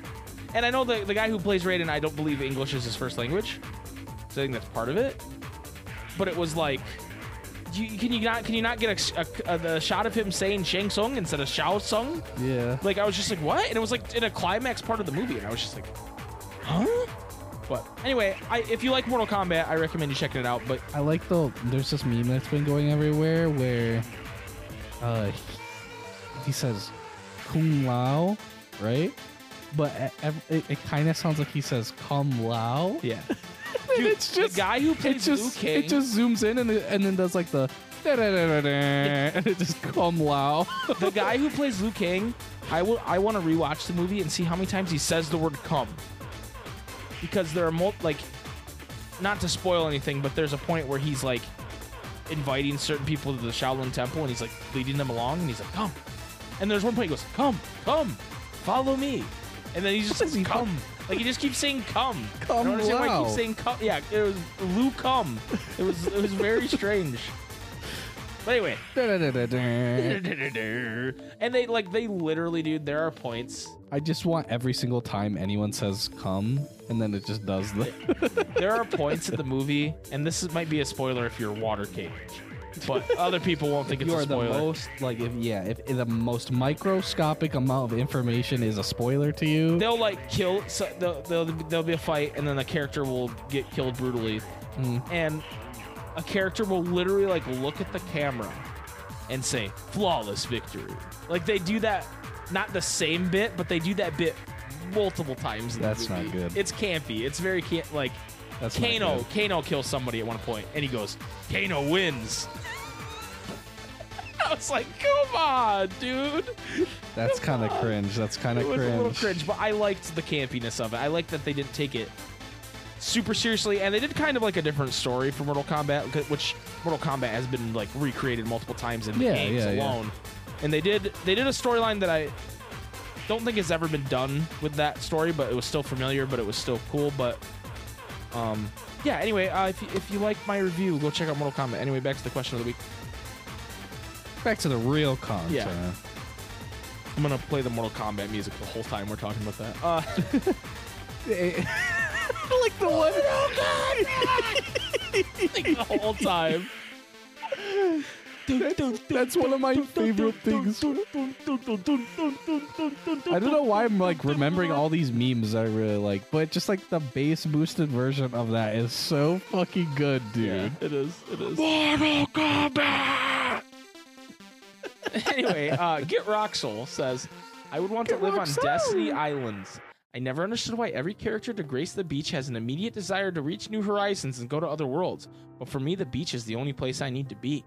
B: And I know the, the guy who plays Raiden, I don't believe English is his first language. So I think that's part of it. But it was like, do you, can you not can you not get a, a, a the shot of him saying Shang Tsung instead of Shao Tsung?
C: Yeah.
B: Like I was just like, what? And it was like in a climax part of the movie, and I was just like, huh? But anyway, I, if you like Mortal Kombat, I recommend you checking it out. But
C: I like the there's this meme that's been going everywhere where uh he- he says Kung Lao, right? But e- ev- it, it kind of sounds like he says Cum Lao.
B: yeah,
C: Dude, it's
B: the guy who
C: it
B: plays Liu
C: just
B: Kang,
C: it just zooms in and it, and then does like the da-da-da-da-da, and it just Cum Lao.
B: the guy who plays Liu Kang, I will. I want to rewatch the movie and see how many times he says the word "come," because there are mul- like, not to spoil anything, but there's a point where he's like inviting certain people to the Shaolin Temple, and he's like leading them along, and he's like, "Come," and there's one point he goes, "Come, come, follow me," and then he just says, "Come." Like he just keeps saying "come." I
C: Come
B: don't understand why he keeps
C: Lao.
B: saying "come." Yeah, it was Liu "come." It was it was very strange. But anyway,
C: Da-da-da-da-da.
B: and they like they literally, dude. There are points.
C: I just want every single time anyone says "come" and then it just does the.
B: There are points in the movie, and this is, might be a spoiler if you're water cage, but other people won't think it's
C: you
B: a
C: are the
B: spoiler.
C: most like if yeah if, if the most microscopic amount of information is a spoiler to you
B: they'll like kill.
D: Mm-hmm.
B: So they'll, they'll there'll be a fight, and then the character will get killed brutally. And a character will literally like look at the camera and say flawless victory. Like they do that not the same bit, but they do that bit multiple times. In the
D: That's not
B: movie.
D: good.
B: It's campy. It's very camp like
D: That's not
B: Kano.
D: good.
B: Kano kills somebody at one point, and he goes, "Kano wins." I was like, "Come on, dude."
D: That's kind of cringe. That's kind of
B: It was
D: cringe.
B: a little cringe, but I liked the campiness of it. I liked that they didn't take it super seriously, and they did kind of like a different story for Mortal Kombat, c- which Mortal Kombat has been like recreated multiple times in the
D: Yeah,
B: games
D: yeah, yeah.
B: alone. And they did they did a storyline that I don't think has ever been done with that story, but it was still familiar, but it was still cool. But um, yeah. Anyway, uh, if you, if you like my review, go check out Mortal Kombat. Anyway, back to the question of the week.
C: Back to the real content.
B: Yeah. I'm gonna play the Mortal Kombat music the whole time we're talking about that. Uh,
C: Like the one.
B: the whole time.
D: That's one of my favorite things. I don't know why I'm like remembering all these memes that I really like, but just like the bass boosted version of that is so fucking good, dude.
B: It is. It is. Mortal Kombat. anyway, uh, Get Roxel says, "I would want to live on Destiny Islands. I never understood why every character to grace the beach has an immediate desire to reach new horizons and go to other worlds. But for me, the beach is the only place I need to be.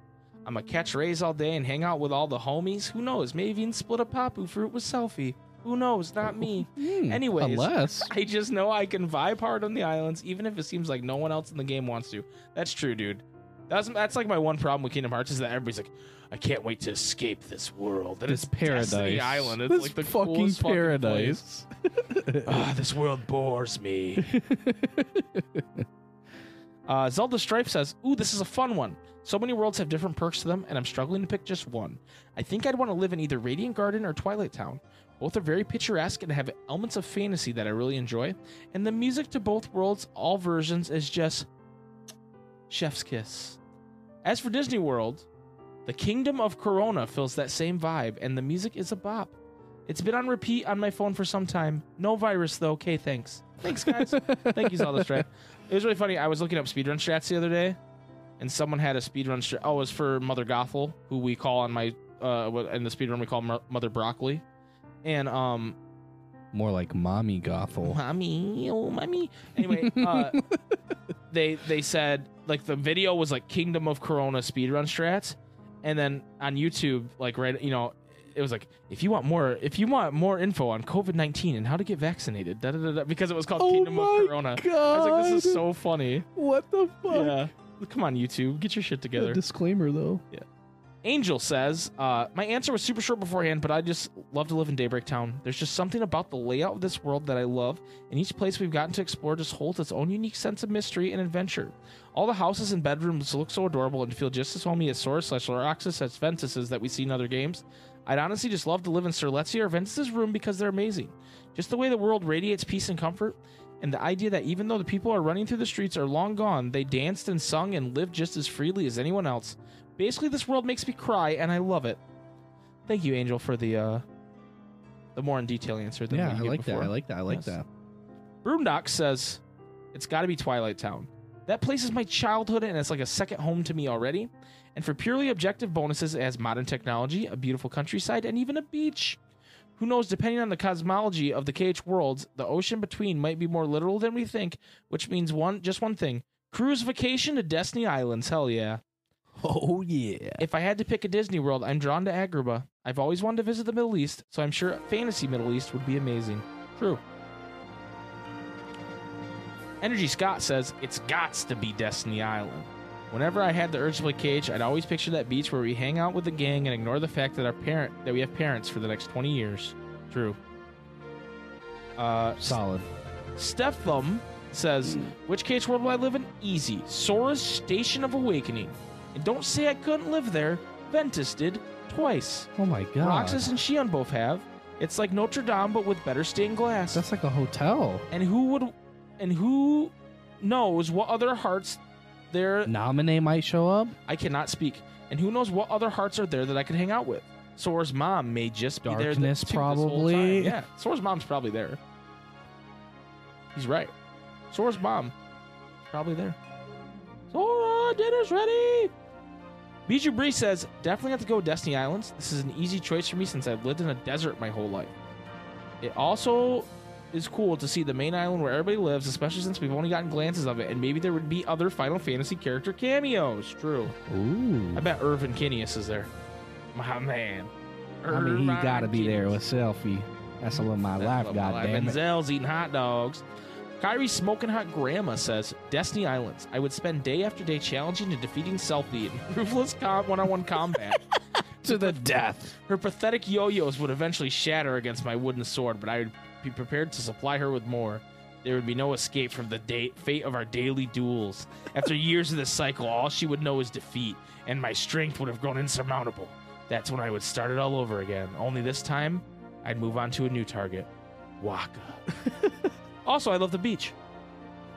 B: I'ma catch rays all day and hang out with all the homies. Who knows? Maybe even split a papu fruit with selfie. Who knows? Not me.
C: Hmm,
B: Anyways,
C: Unless.
B: I just know I can vibe hard on the islands, even if it seems like no one else in the game wants to. That's true, dude. That's that's like my one problem with Kingdom Hearts is that everybody's like, I can't wait to escape this world. That
C: This
B: is Destiny
C: paradise.
B: Island. It's
D: This
B: like the
D: fucking
B: coolest fucking place.
D: paradise.
B: Ah, this world bores me. uh, Zelda Strife says, Ooh, this is a fun one. So many worlds have different perks to them, and I'm struggling to pick just one. I think I'd want to live in either Radiant Garden or Twilight Town. Both are very picturesque and have elements of fantasy that I really enjoy, and the music to both worlds, all versions, is just chef's kiss. As for Disney World, the Kingdom of Corona fills that same vibe, and the music is a bop. It's been on repeat on my phone for some time. No virus though. Okay, thanks. Thanks, guys. Thank you, Zelda Strat. It was really funny. I was looking up speedrun strats the other day, and someone had a speedrun strat. Oh, it was for Mother Gothel, who we call on my uh what- in the speedrun we call Mo- Mother Broccoli, and um,
C: More like mommy gothel.
B: mommy, oh mommy. Anyway, uh, they they said like the video was like Kingdom of Corona speedrun strats, and then on YouTube, like right, you know, it was like if you want more, if you want more info on COVID nineteen and how to get vaccinated, da da da, da because it was called
D: Oh
B: Kingdom
D: my
B: of Corona.
D: God.
B: I was like, this is so funny.
D: What the fuck?
B: Yeah, come on, YouTube, get your shit
D: A
B: together.
D: disclaimer though.
B: Angel says, uh, My answer was super short beforehand, but I just love to live in Daybreak Town. There's just something about the layout of this world that I love, and each place we've gotten to explore just holds its own unique sense of mystery and adventure. All the houses and bedrooms look so adorable and feel just as homey as Sora slash Loraxus as Ventus's that we see in other games. I'd honestly just love to live in Sir Letsia or Ventus's room because they're amazing. Just the way the world radiates peace and comfort, and the idea that even though the people are running through the streets are long gone, they danced and sung and lived just as freely as anyone else. Basically, this world makes me cry, and I love it. Thank you, Angel, for the uh, the more in detail answer. Than
C: Yeah,
B: we
C: I
B: gave
C: like that.
B: before.
C: I like that. I like
B: Yes.
C: that.
B: Brumdock says, It's got to be Twilight Town. That place is my childhood and it's like a second home to me already. And for purely objective bonuses, it has modern technology, a beautiful countryside, and even a beach. Who knows, depending on the cosmology of the KH worlds, the ocean between might be more literal than we think, which means one just one thing. Cruise vacation to Destiny Islands, hell yeah.
C: Oh yeah.
B: If I had to pick a Disney World, I'm drawn to Agrabah. I've always wanted to visit the Middle East, so I'm sure fantasy Middle East would be amazing. True. Energy Scott says, It's gots to be Destiny Island. Whenever I had the urge to play Cage, I'd always picture that beach where we hang out with the gang and ignore the fact that our parent that we have parents for the next 20 years. True. Uh,
C: Solid.
B: Stepthumb says, Which cage world will I live in? Easy. Sora's Station of Awakening. And don't say I couldn't live there. Ventus did twice.
C: Oh my god.
B: Roxas and Shion both have. It's like Notre Dame, but with better stained glass.
C: That's like a hotel.
B: and who would, and who knows what other hearts there?
C: Nominee might show up.
B: I cannot speak. And who knows what other hearts are there that I could hang out with? Sora's mom may just be there.
C: Darkness,
B: too this whole
C: probably.
B: time. Yeah, Sora's mom's probably there. He's right. Sora's mom, probably there. Sora, dinner's ready. Bijou Bree says, definitely have to go with Destiny Islands. This is an easy choice for me since I've lived in a desert my whole life. It also is cool to see the main island where everybody lives, especially since we've only gotten glances of it, and maybe there would be other Final Fantasy character cameos. True.
C: Ooh.
B: I bet Irvin Kinius is there. My man.
C: I mean, he
B: Irvin
C: got to be there
B: Kinius.
C: with Selfie. That's a little my
B: That's
C: life,
B: what my life-
C: goddamn it.
B: Benzel's eating hot dogs. Kyrie Smoking Hot Grandma says, Destiny Islands. I would spend day after day challenging and defeating Selfie in ruthless com- one-on-one combat.
C: To the death.
B: Her pathetic yo-yos would eventually shatter against my wooden sword, but I would be prepared to supply her with more. There would be no escape from the da- fate of our daily duels. After years of this cycle, all she would know is defeat, and my strength would have grown insurmountable. That's when I would start it all over again. Only this time, I'd move on to a new target. Waka. also, I love the beach.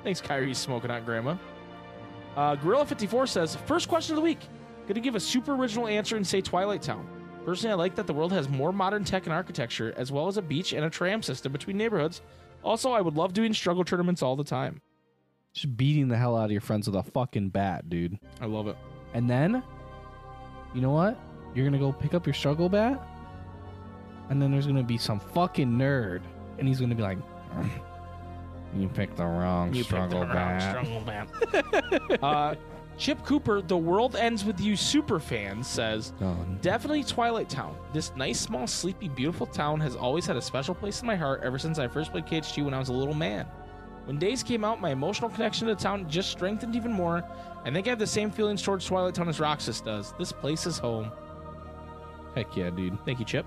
B: Thanks, Kyrie, smoking out grandma. Uh, Gorilla54 says, First question of the week. Gonna give a super original answer and say Twilight Town. Personally, I like that the world has more modern tech and architecture, as well as a beach and a tram system between neighborhoods. Also, I would love doing struggle tournaments all the time.
C: Just beating the hell out of your friends with a fucking bat, dude.
B: I love it.
C: And then, you know what? You're gonna go pick up your struggle bat, and then there's gonna be some fucking nerd, and he's gonna be like, "You picked the wrong struggle bat."
B: uh, Chip Cooper, the world ends with you, super fan says,
C: Done.
B: Definitely Twilight Town. This nice, small, sleepy, beautiful town has always had a special place in my heart ever since I first played KHG when I was a little man. When Days came out, my emotional connection to the town just strengthened even more. I think I have the same feelings towards Twilight Town as Roxas does. This place is home.
C: Heck yeah, dude.
B: Thank you, Chip.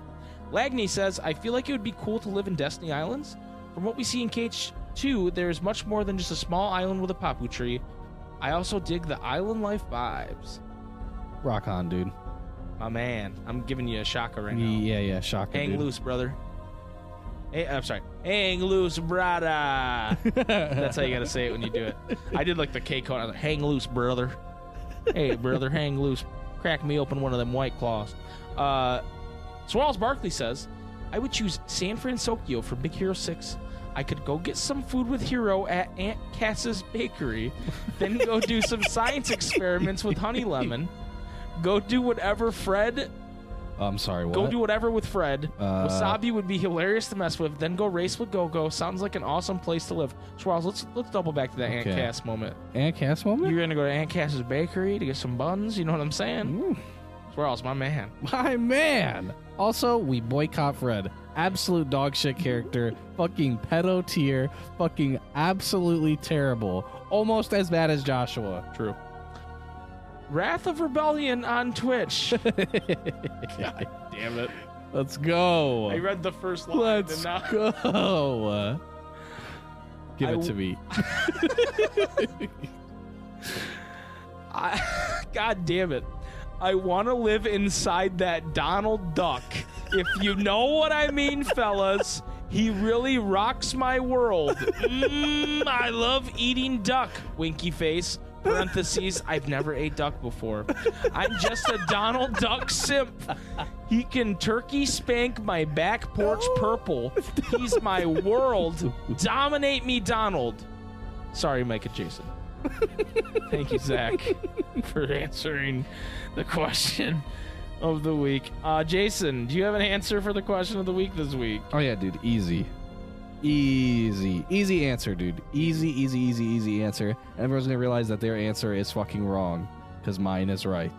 B: Lagny says, I feel like it would be cool to live in Destiny Islands. From what we see in KH2, there is much more than just a small island with a papu tree. I also dig the island life vibes.
C: Rock on, dude.
B: My man, I'm giving you a shocker right now.
C: Yeah, yeah. Shocking.
B: Hang
C: dude.
B: loose, brother. Hey, I'm sorry. Hang loose, brother. That's how you gotta say it when you do it. I did like the K code. I was like, hang loose, brother. Hey, brother, hang loose. Crack me open one of them white claws. Uh, Swirls Barkley says, I would choose San Francisco for Big Hero 6. I could go get some food with Hero at Aunt Cass's bakery, then go do some science experiments with Honey Lemon, go do whatever Fred
C: Oh, I'm sorry. What?
B: Go do whatever with Fred.
C: Uh,
B: Wasabi would be hilarious to mess with. Then go race with Gogo. Sounds like an awesome place to live. Schwarz, let's let's double back to that Aunt
C: Okay.
B: Cass moment.
C: and cast moment.
B: You're gonna go to Aunt Cass's bakery to get some buns. You know what I'm saying?
C: Ooh,
B: Schwarz, my man.
C: my man. Also, we boycott Fred. Absolute dog shit character. fucking pedo tier. Fucking absolutely terrible. Almost as bad as Joshua.
B: True. Wrath of Rebellion on Twitch.
C: God
B: Damn it!
C: Let's go.
B: I read the first line. and
C: Let's
B: now-
C: go. Give
B: I
C: it
B: w-
C: to me.
B: I, God damn it. I want to live inside that Donald Duck. If you know what I mean, fellas, he really rocks my world. Mm, I love eating duck, winky face. Parentheses, I've never ate duck before. I'm just a Donald Duck simp. He can turkey spank my back porch purple. He's my world. Dominate me, Donald. Sorry, Mike and Jason. Thank you, Zach, for answering the question of the week. Uh, Jason, do you have an answer for the question of the week this week?
C: Oh yeah, dude. Easy. Easy. Easy answer, dude. Easy, easy, easy, easy answer. And everyone's gonna realize that their answer is fucking wrong. Cause mine is right.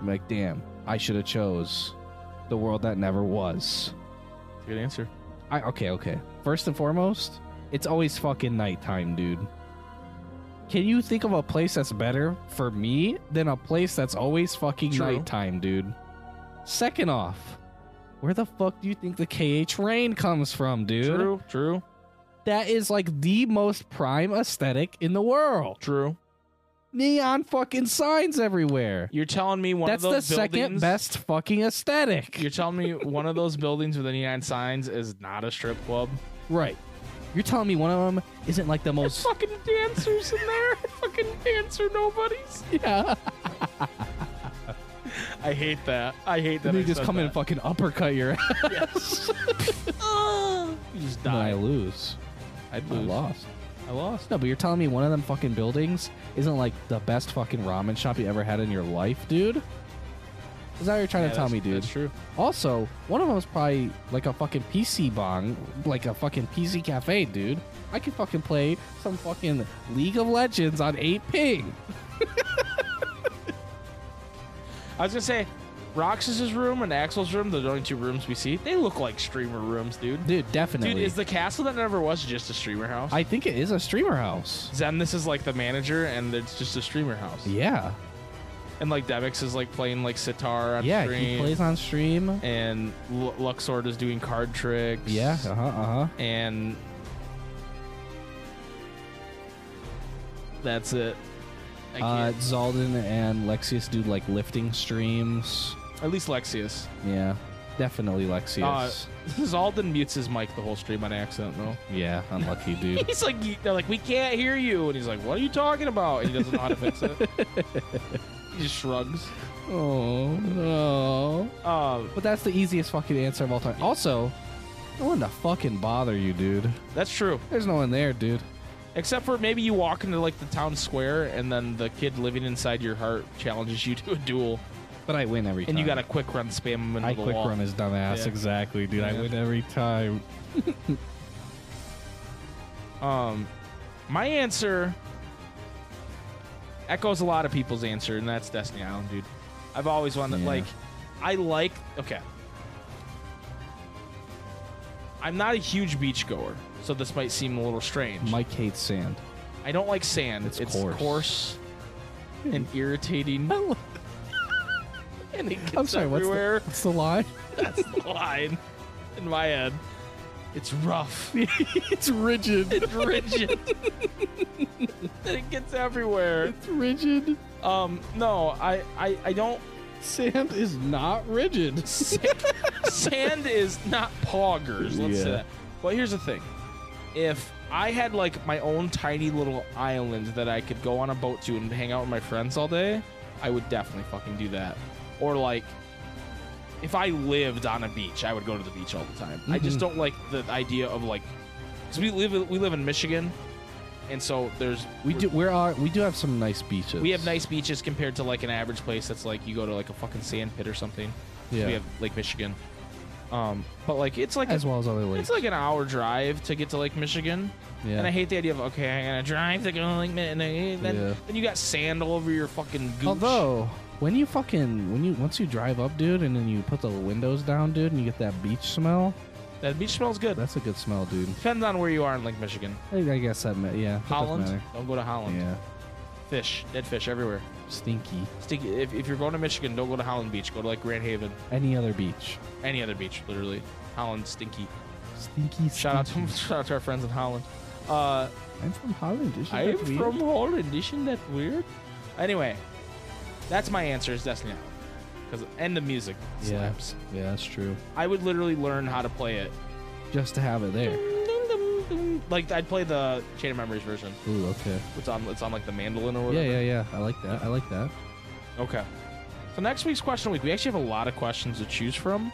C: I'm like, damn, I should have chose the world that never was.
B: Good answer.
C: I okay, okay. First and foremost, it's always fucking nighttime, dude. Can you think of a place that's better for me than a place that's always fucking
B: True.
C: nighttime, dude? Second off, where the fuck do you think the KH rain comes from, dude?
B: True, true,
C: That is like the most prime aesthetic in the world.
B: true.
C: Neon fucking signs everywhere.
B: You're telling me one
C: That's
B: of
C: the
B: those buildings.
C: second best fucking aesthetic.
B: You're telling me one of those buildings with the neon signs is not a strip club?
C: right. You're telling me one of them isn't like the most
B: Fucking dancers in there. Fucking dancer nobodies.
C: yeah.
B: I hate that. I hate that.
C: Then
B: I
C: they just
B: said
C: come in and
B: that.
C: fucking uppercut your ass.
B: Yes. you just
C: I
B: die.
C: lose.
B: I'd
C: I
B: lose.
C: lost.
D: I lost.
C: No, but you're telling me one of them fucking buildings isn't like the best fucking ramen shop you ever had in your life, dude? Is that what you're trying
D: Yeah,
C: to tell
D: that's-
C: me, dude?
D: That's true.
C: Also, one of them was probably like a fucking PC bong, like a fucking PC cafe, dude. I could fucking play some fucking League of Legends on 8 ping.
B: I was gonna say, Roxas's room and Axel's room, the only two rooms we see, they look like streamer rooms, dude.
C: Dude, definitely.
B: Dude, is the castle that never was just a streamer house?
C: I think it is a streamer house.
B: Zen, this is like the manager, and it's just a streamer house.
C: Yeah.
B: And like Devix is like playing like sitar on
C: yeah,
B: stream.
C: he plays on stream.
B: and L- Luxord is doing card tricks.
C: Yeah, uh huh, uh huh.
B: And that's it. I
C: Uh,
B: can't-
C: Zaldan and Lexius do like lifting streams.
B: At least Lexius. Uh,
C: Yeah, definitely Lexius.
B: Zaldan mutes his mic the whole stream on accident, though.
C: yeah, unlucky dude.
B: He's like, they're like, we can't hear you, and he's like, what are you talking about? And he doesn't know how to fix it. he just shrugs.
C: oh no!
B: Um,
C: But that's the easiest fucking answer of all time. Also, no one to fucking bother you, dude.
B: that's true.
C: There's no one there, dude.
B: Except for maybe you walk into like the town square, and then the kid living inside your heart challenges you to a duel,
C: But I win every time.
B: and you got a quick run spam him into
C: I
B: the
C: quick
B: wall.
C: run his dumbass.
B: Yeah.
C: Exactly, dude. I
B: Yeah.
C: win every time.
B: Um, my answer echoes a lot of people's answer, and that's Destiny Island, dude. I've always wanted,
C: Yeah.
B: like, I like. Okay, I'm not a huge beach goer, so this might seem a little strange.
C: Mike hates sand.
B: I don't like sand.
C: It's
B: It's,
C: coarse. Hmm. Oh,
B: coarse. and irritating. and it gets
C: I'm sorry. What's
B: everywhere.
C: the, what's the line?
B: That's the line in my head. It's rough.
C: it's rigid.
B: It's rigid. and it gets everywhere.
C: It's rigid.
B: Um, no, I, I, I don't.
C: Sand is not rigid.
B: Sand, sand is not poggers. Let's say
C: Yeah.
B: that. But here's the thing: if I had like my own tiny little island that I could go on a boat to and hang out with my friends all day, I would definitely fucking do that. Or like, if I lived on a beach, I would go to the beach all the time. I just
C: Mhm.
B: don't like the idea of like, because we live we live in Michigan, and so there's
C: We do. We're are, we do have some nice beaches.
B: We have nice beaches compared to like an average place that's like you go to like a fucking sand pit or something.
C: Yeah.
B: We have Lake Michigan. Um, but like it's like
C: as
B: a,
C: well as other lakes.
B: it's like an hour drive to get to Lake Michigan,
C: yeah.
B: and I hate the idea of okay, I'm gonna drive to go to Lake Michigan, and then
C: Yeah.
B: then you got sand all over your fucking gooch.
C: Although when you fucking when you once you drive up, dude, and then you put the windows down, dude, and you get that beach smell.
B: that beach smells good.
C: That's a good smell, dude.
B: Depends on where you are in Lake Michigan.
C: I, I guess that ma- yeah. that does
B: Holland,
C: matter.
B: don't go to Holland.
C: Yeah.
B: Fish, dead fish everywhere.
C: Stinky.
B: Stinky. If, if you're going to Michigan, don't go to Holland Beach. Go to like Grand Haven,
C: Any other beach.
B: any other beach, literally. Holland, stinky.
C: Stinky.
B: Shout out
C: stinky.
B: to shout out to our friends in Holland. Uh,
C: I'm from Holland. Isn't
B: I
C: that
B: am
C: weird?
B: from Holland. Isn't that weird? Anyway, that's my answer is Destiny Island. Because and the music
C: Yeah.
B: slaps.
C: Yeah, that's true.
B: I would literally learn how to play it.
C: Just to have it there.
B: Like I'd play the Chain of Memories version.
C: Ooh. Okay.
B: It's on it's on like the mandolin or
C: Yeah.
B: whatever.
C: Yeah. Yeah. I like that. I like that.
B: Okay. So next week's question week, we actually have a lot of questions to choose from.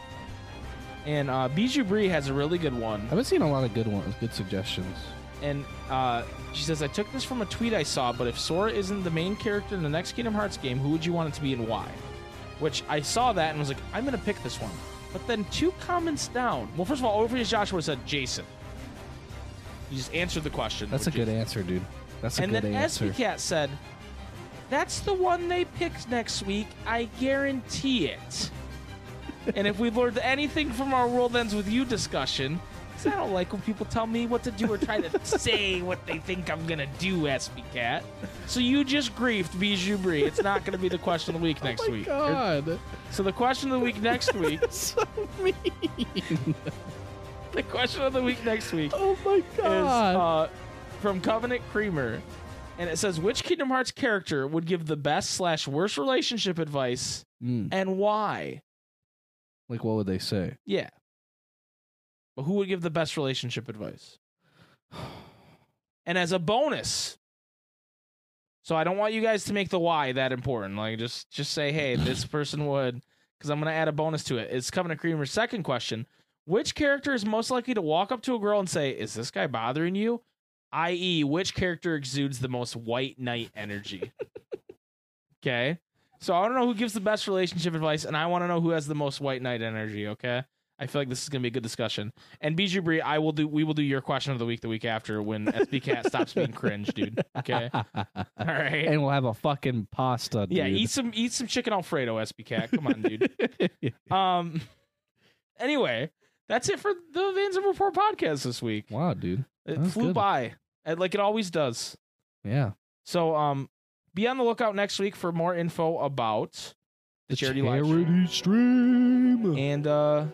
B: And uh Bijou Bree has a really good one.
C: I've been seeing a lot of good ones. Good suggestions.
B: and uh, she says, "I took this from a tweet I saw, but if Sora isn't the main character in the next Kingdom Hearts game, who would you want it to be and why?" Which I saw that and was like, "I'm gonna pick this one." But then two comments down. Well, first of all, Overseas Joshua said Jason. You just answered the question.
C: That's a
B: which
C: good
B: is-
C: answer, dude. That's a
B: And
C: good
B: then
C: answer.
B: SB Cat said, "That's the one they picked next week. I guarantee it." and if we learned anything from our World Ends With You discussion, because I don't like when people tell me what to do or try to say what they think I'm going to do, SB Cat. So you just griefed Bijou Brie. It's not going to be the question of the week next
C: oh my
B: week.
C: God.
B: So the question of the week next week,
C: so mean.
B: the question of the week next week
C: Oh my
B: is
C: god.
B: uh, from Covenant Creamer, and it says which Kingdom Hearts character would give the best slash worst relationship advice
C: Mm,
B: and why?
C: like what would they say?
B: Yeah. But who would give the best relationship advice? And as a bonus, so I don't want you guys to make the why that important. Like just just say, hey, this person would, because I'm gonna add a bonus to it. It's Covenant Creamer's second question. Which character is most likely to walk up to a girl and say, Is this guy bothering you? i.e., which character exudes the most white knight energy? okay. So I want to know who gives the best relationship advice, and I want to know who has the most white knight energy. Okay. I feel like this is going to be a good discussion. And BG Bree, I will do. We will do your question of the week the week after when SB Cat stops being cringe, dude. Okay. All right.
C: and we'll have a fucking pasta.
B: Yeah,
C: dude.
B: eat some eat some chicken Alfredo, SB Cat. Come on, dude. um. Anyway, that's it for the Vans and Report podcast this week.
C: wow, dude.
B: It
C: That's
B: flew
C: good.
B: by, uh, like it always does.
C: Yeah.
B: So, um, be on the lookout next week for more info about the, charity, live stream.
C: charity stream.
B: And uh,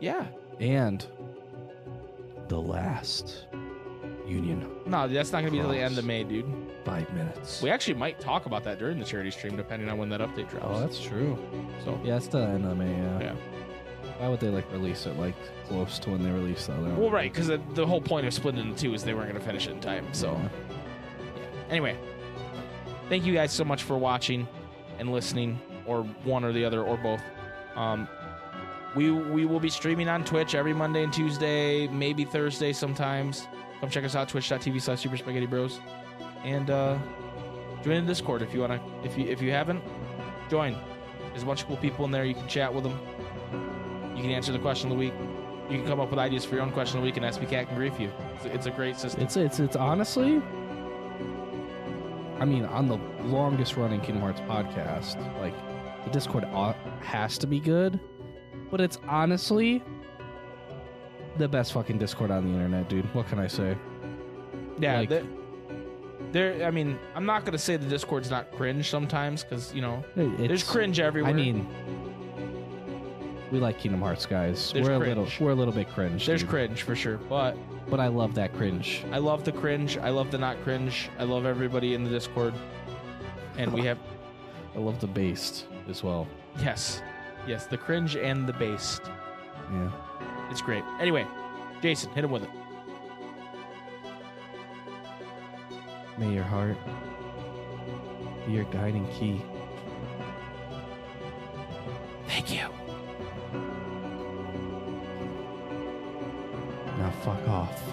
B: yeah,
C: and the last union
B: no, that's not gonna be till the end of
C: Cross.
B: May, dude.
C: five minutes.
B: We actually might talk about that during the charity stream, depending on when that update
C: Oh,
B: drops.
C: that's true.
B: so,
C: Yeah, it's the NMA.
B: Yeah.
C: Why would they like release it like close to when they release the other?
B: well, right, because the, the whole point of splitting into two is they weren't gonna finish it in time. So. Anyway, thank you guys so much for watching and listening, or one or the other, or both. Um, we we will be streaming on Twitch every Monday and Tuesday, maybe Thursday sometimes. Come check us out, twitch.tv slash super spaghetti bros. And uh, join the Discord if you wanna if you if you haven't, join. There's a bunch of cool people in there, you can chat with them. You can answer the question of the week. You can come up with ideas for your own question of the week and SB Cat can grief you. It's a, it's a great system.
C: It's it's it's honestly. I mean, on the longest running Kingdom Hearts podcast, like the Discord au- has to be good, but it's honestly the best fucking Discord on the internet, dude. What can I say?
B: Yeah,
C: Like-
B: there, there. I mean, I'm not gonna say the Discord's not cringe sometimes because you know there's
C: It's-
B: cringe everywhere.
C: I mean, we like Kingdom Hearts, guys.
B: There's
C: we're a
B: cringe.
C: little, we're a little bit cringe.
B: there's
C: dude.
B: cringe for sure, but
C: but I love that cringe.
B: I love the cringe. I love the not cringe. I love everybody in the Discord, and we have
C: I love the based as well.
B: yes, yes, the cringe and the based.
C: Yeah.
B: It's great. Anyway, Jason, hit him with it.
C: May your heart be your guiding key.
B: Thank you.
C: Now fuck off.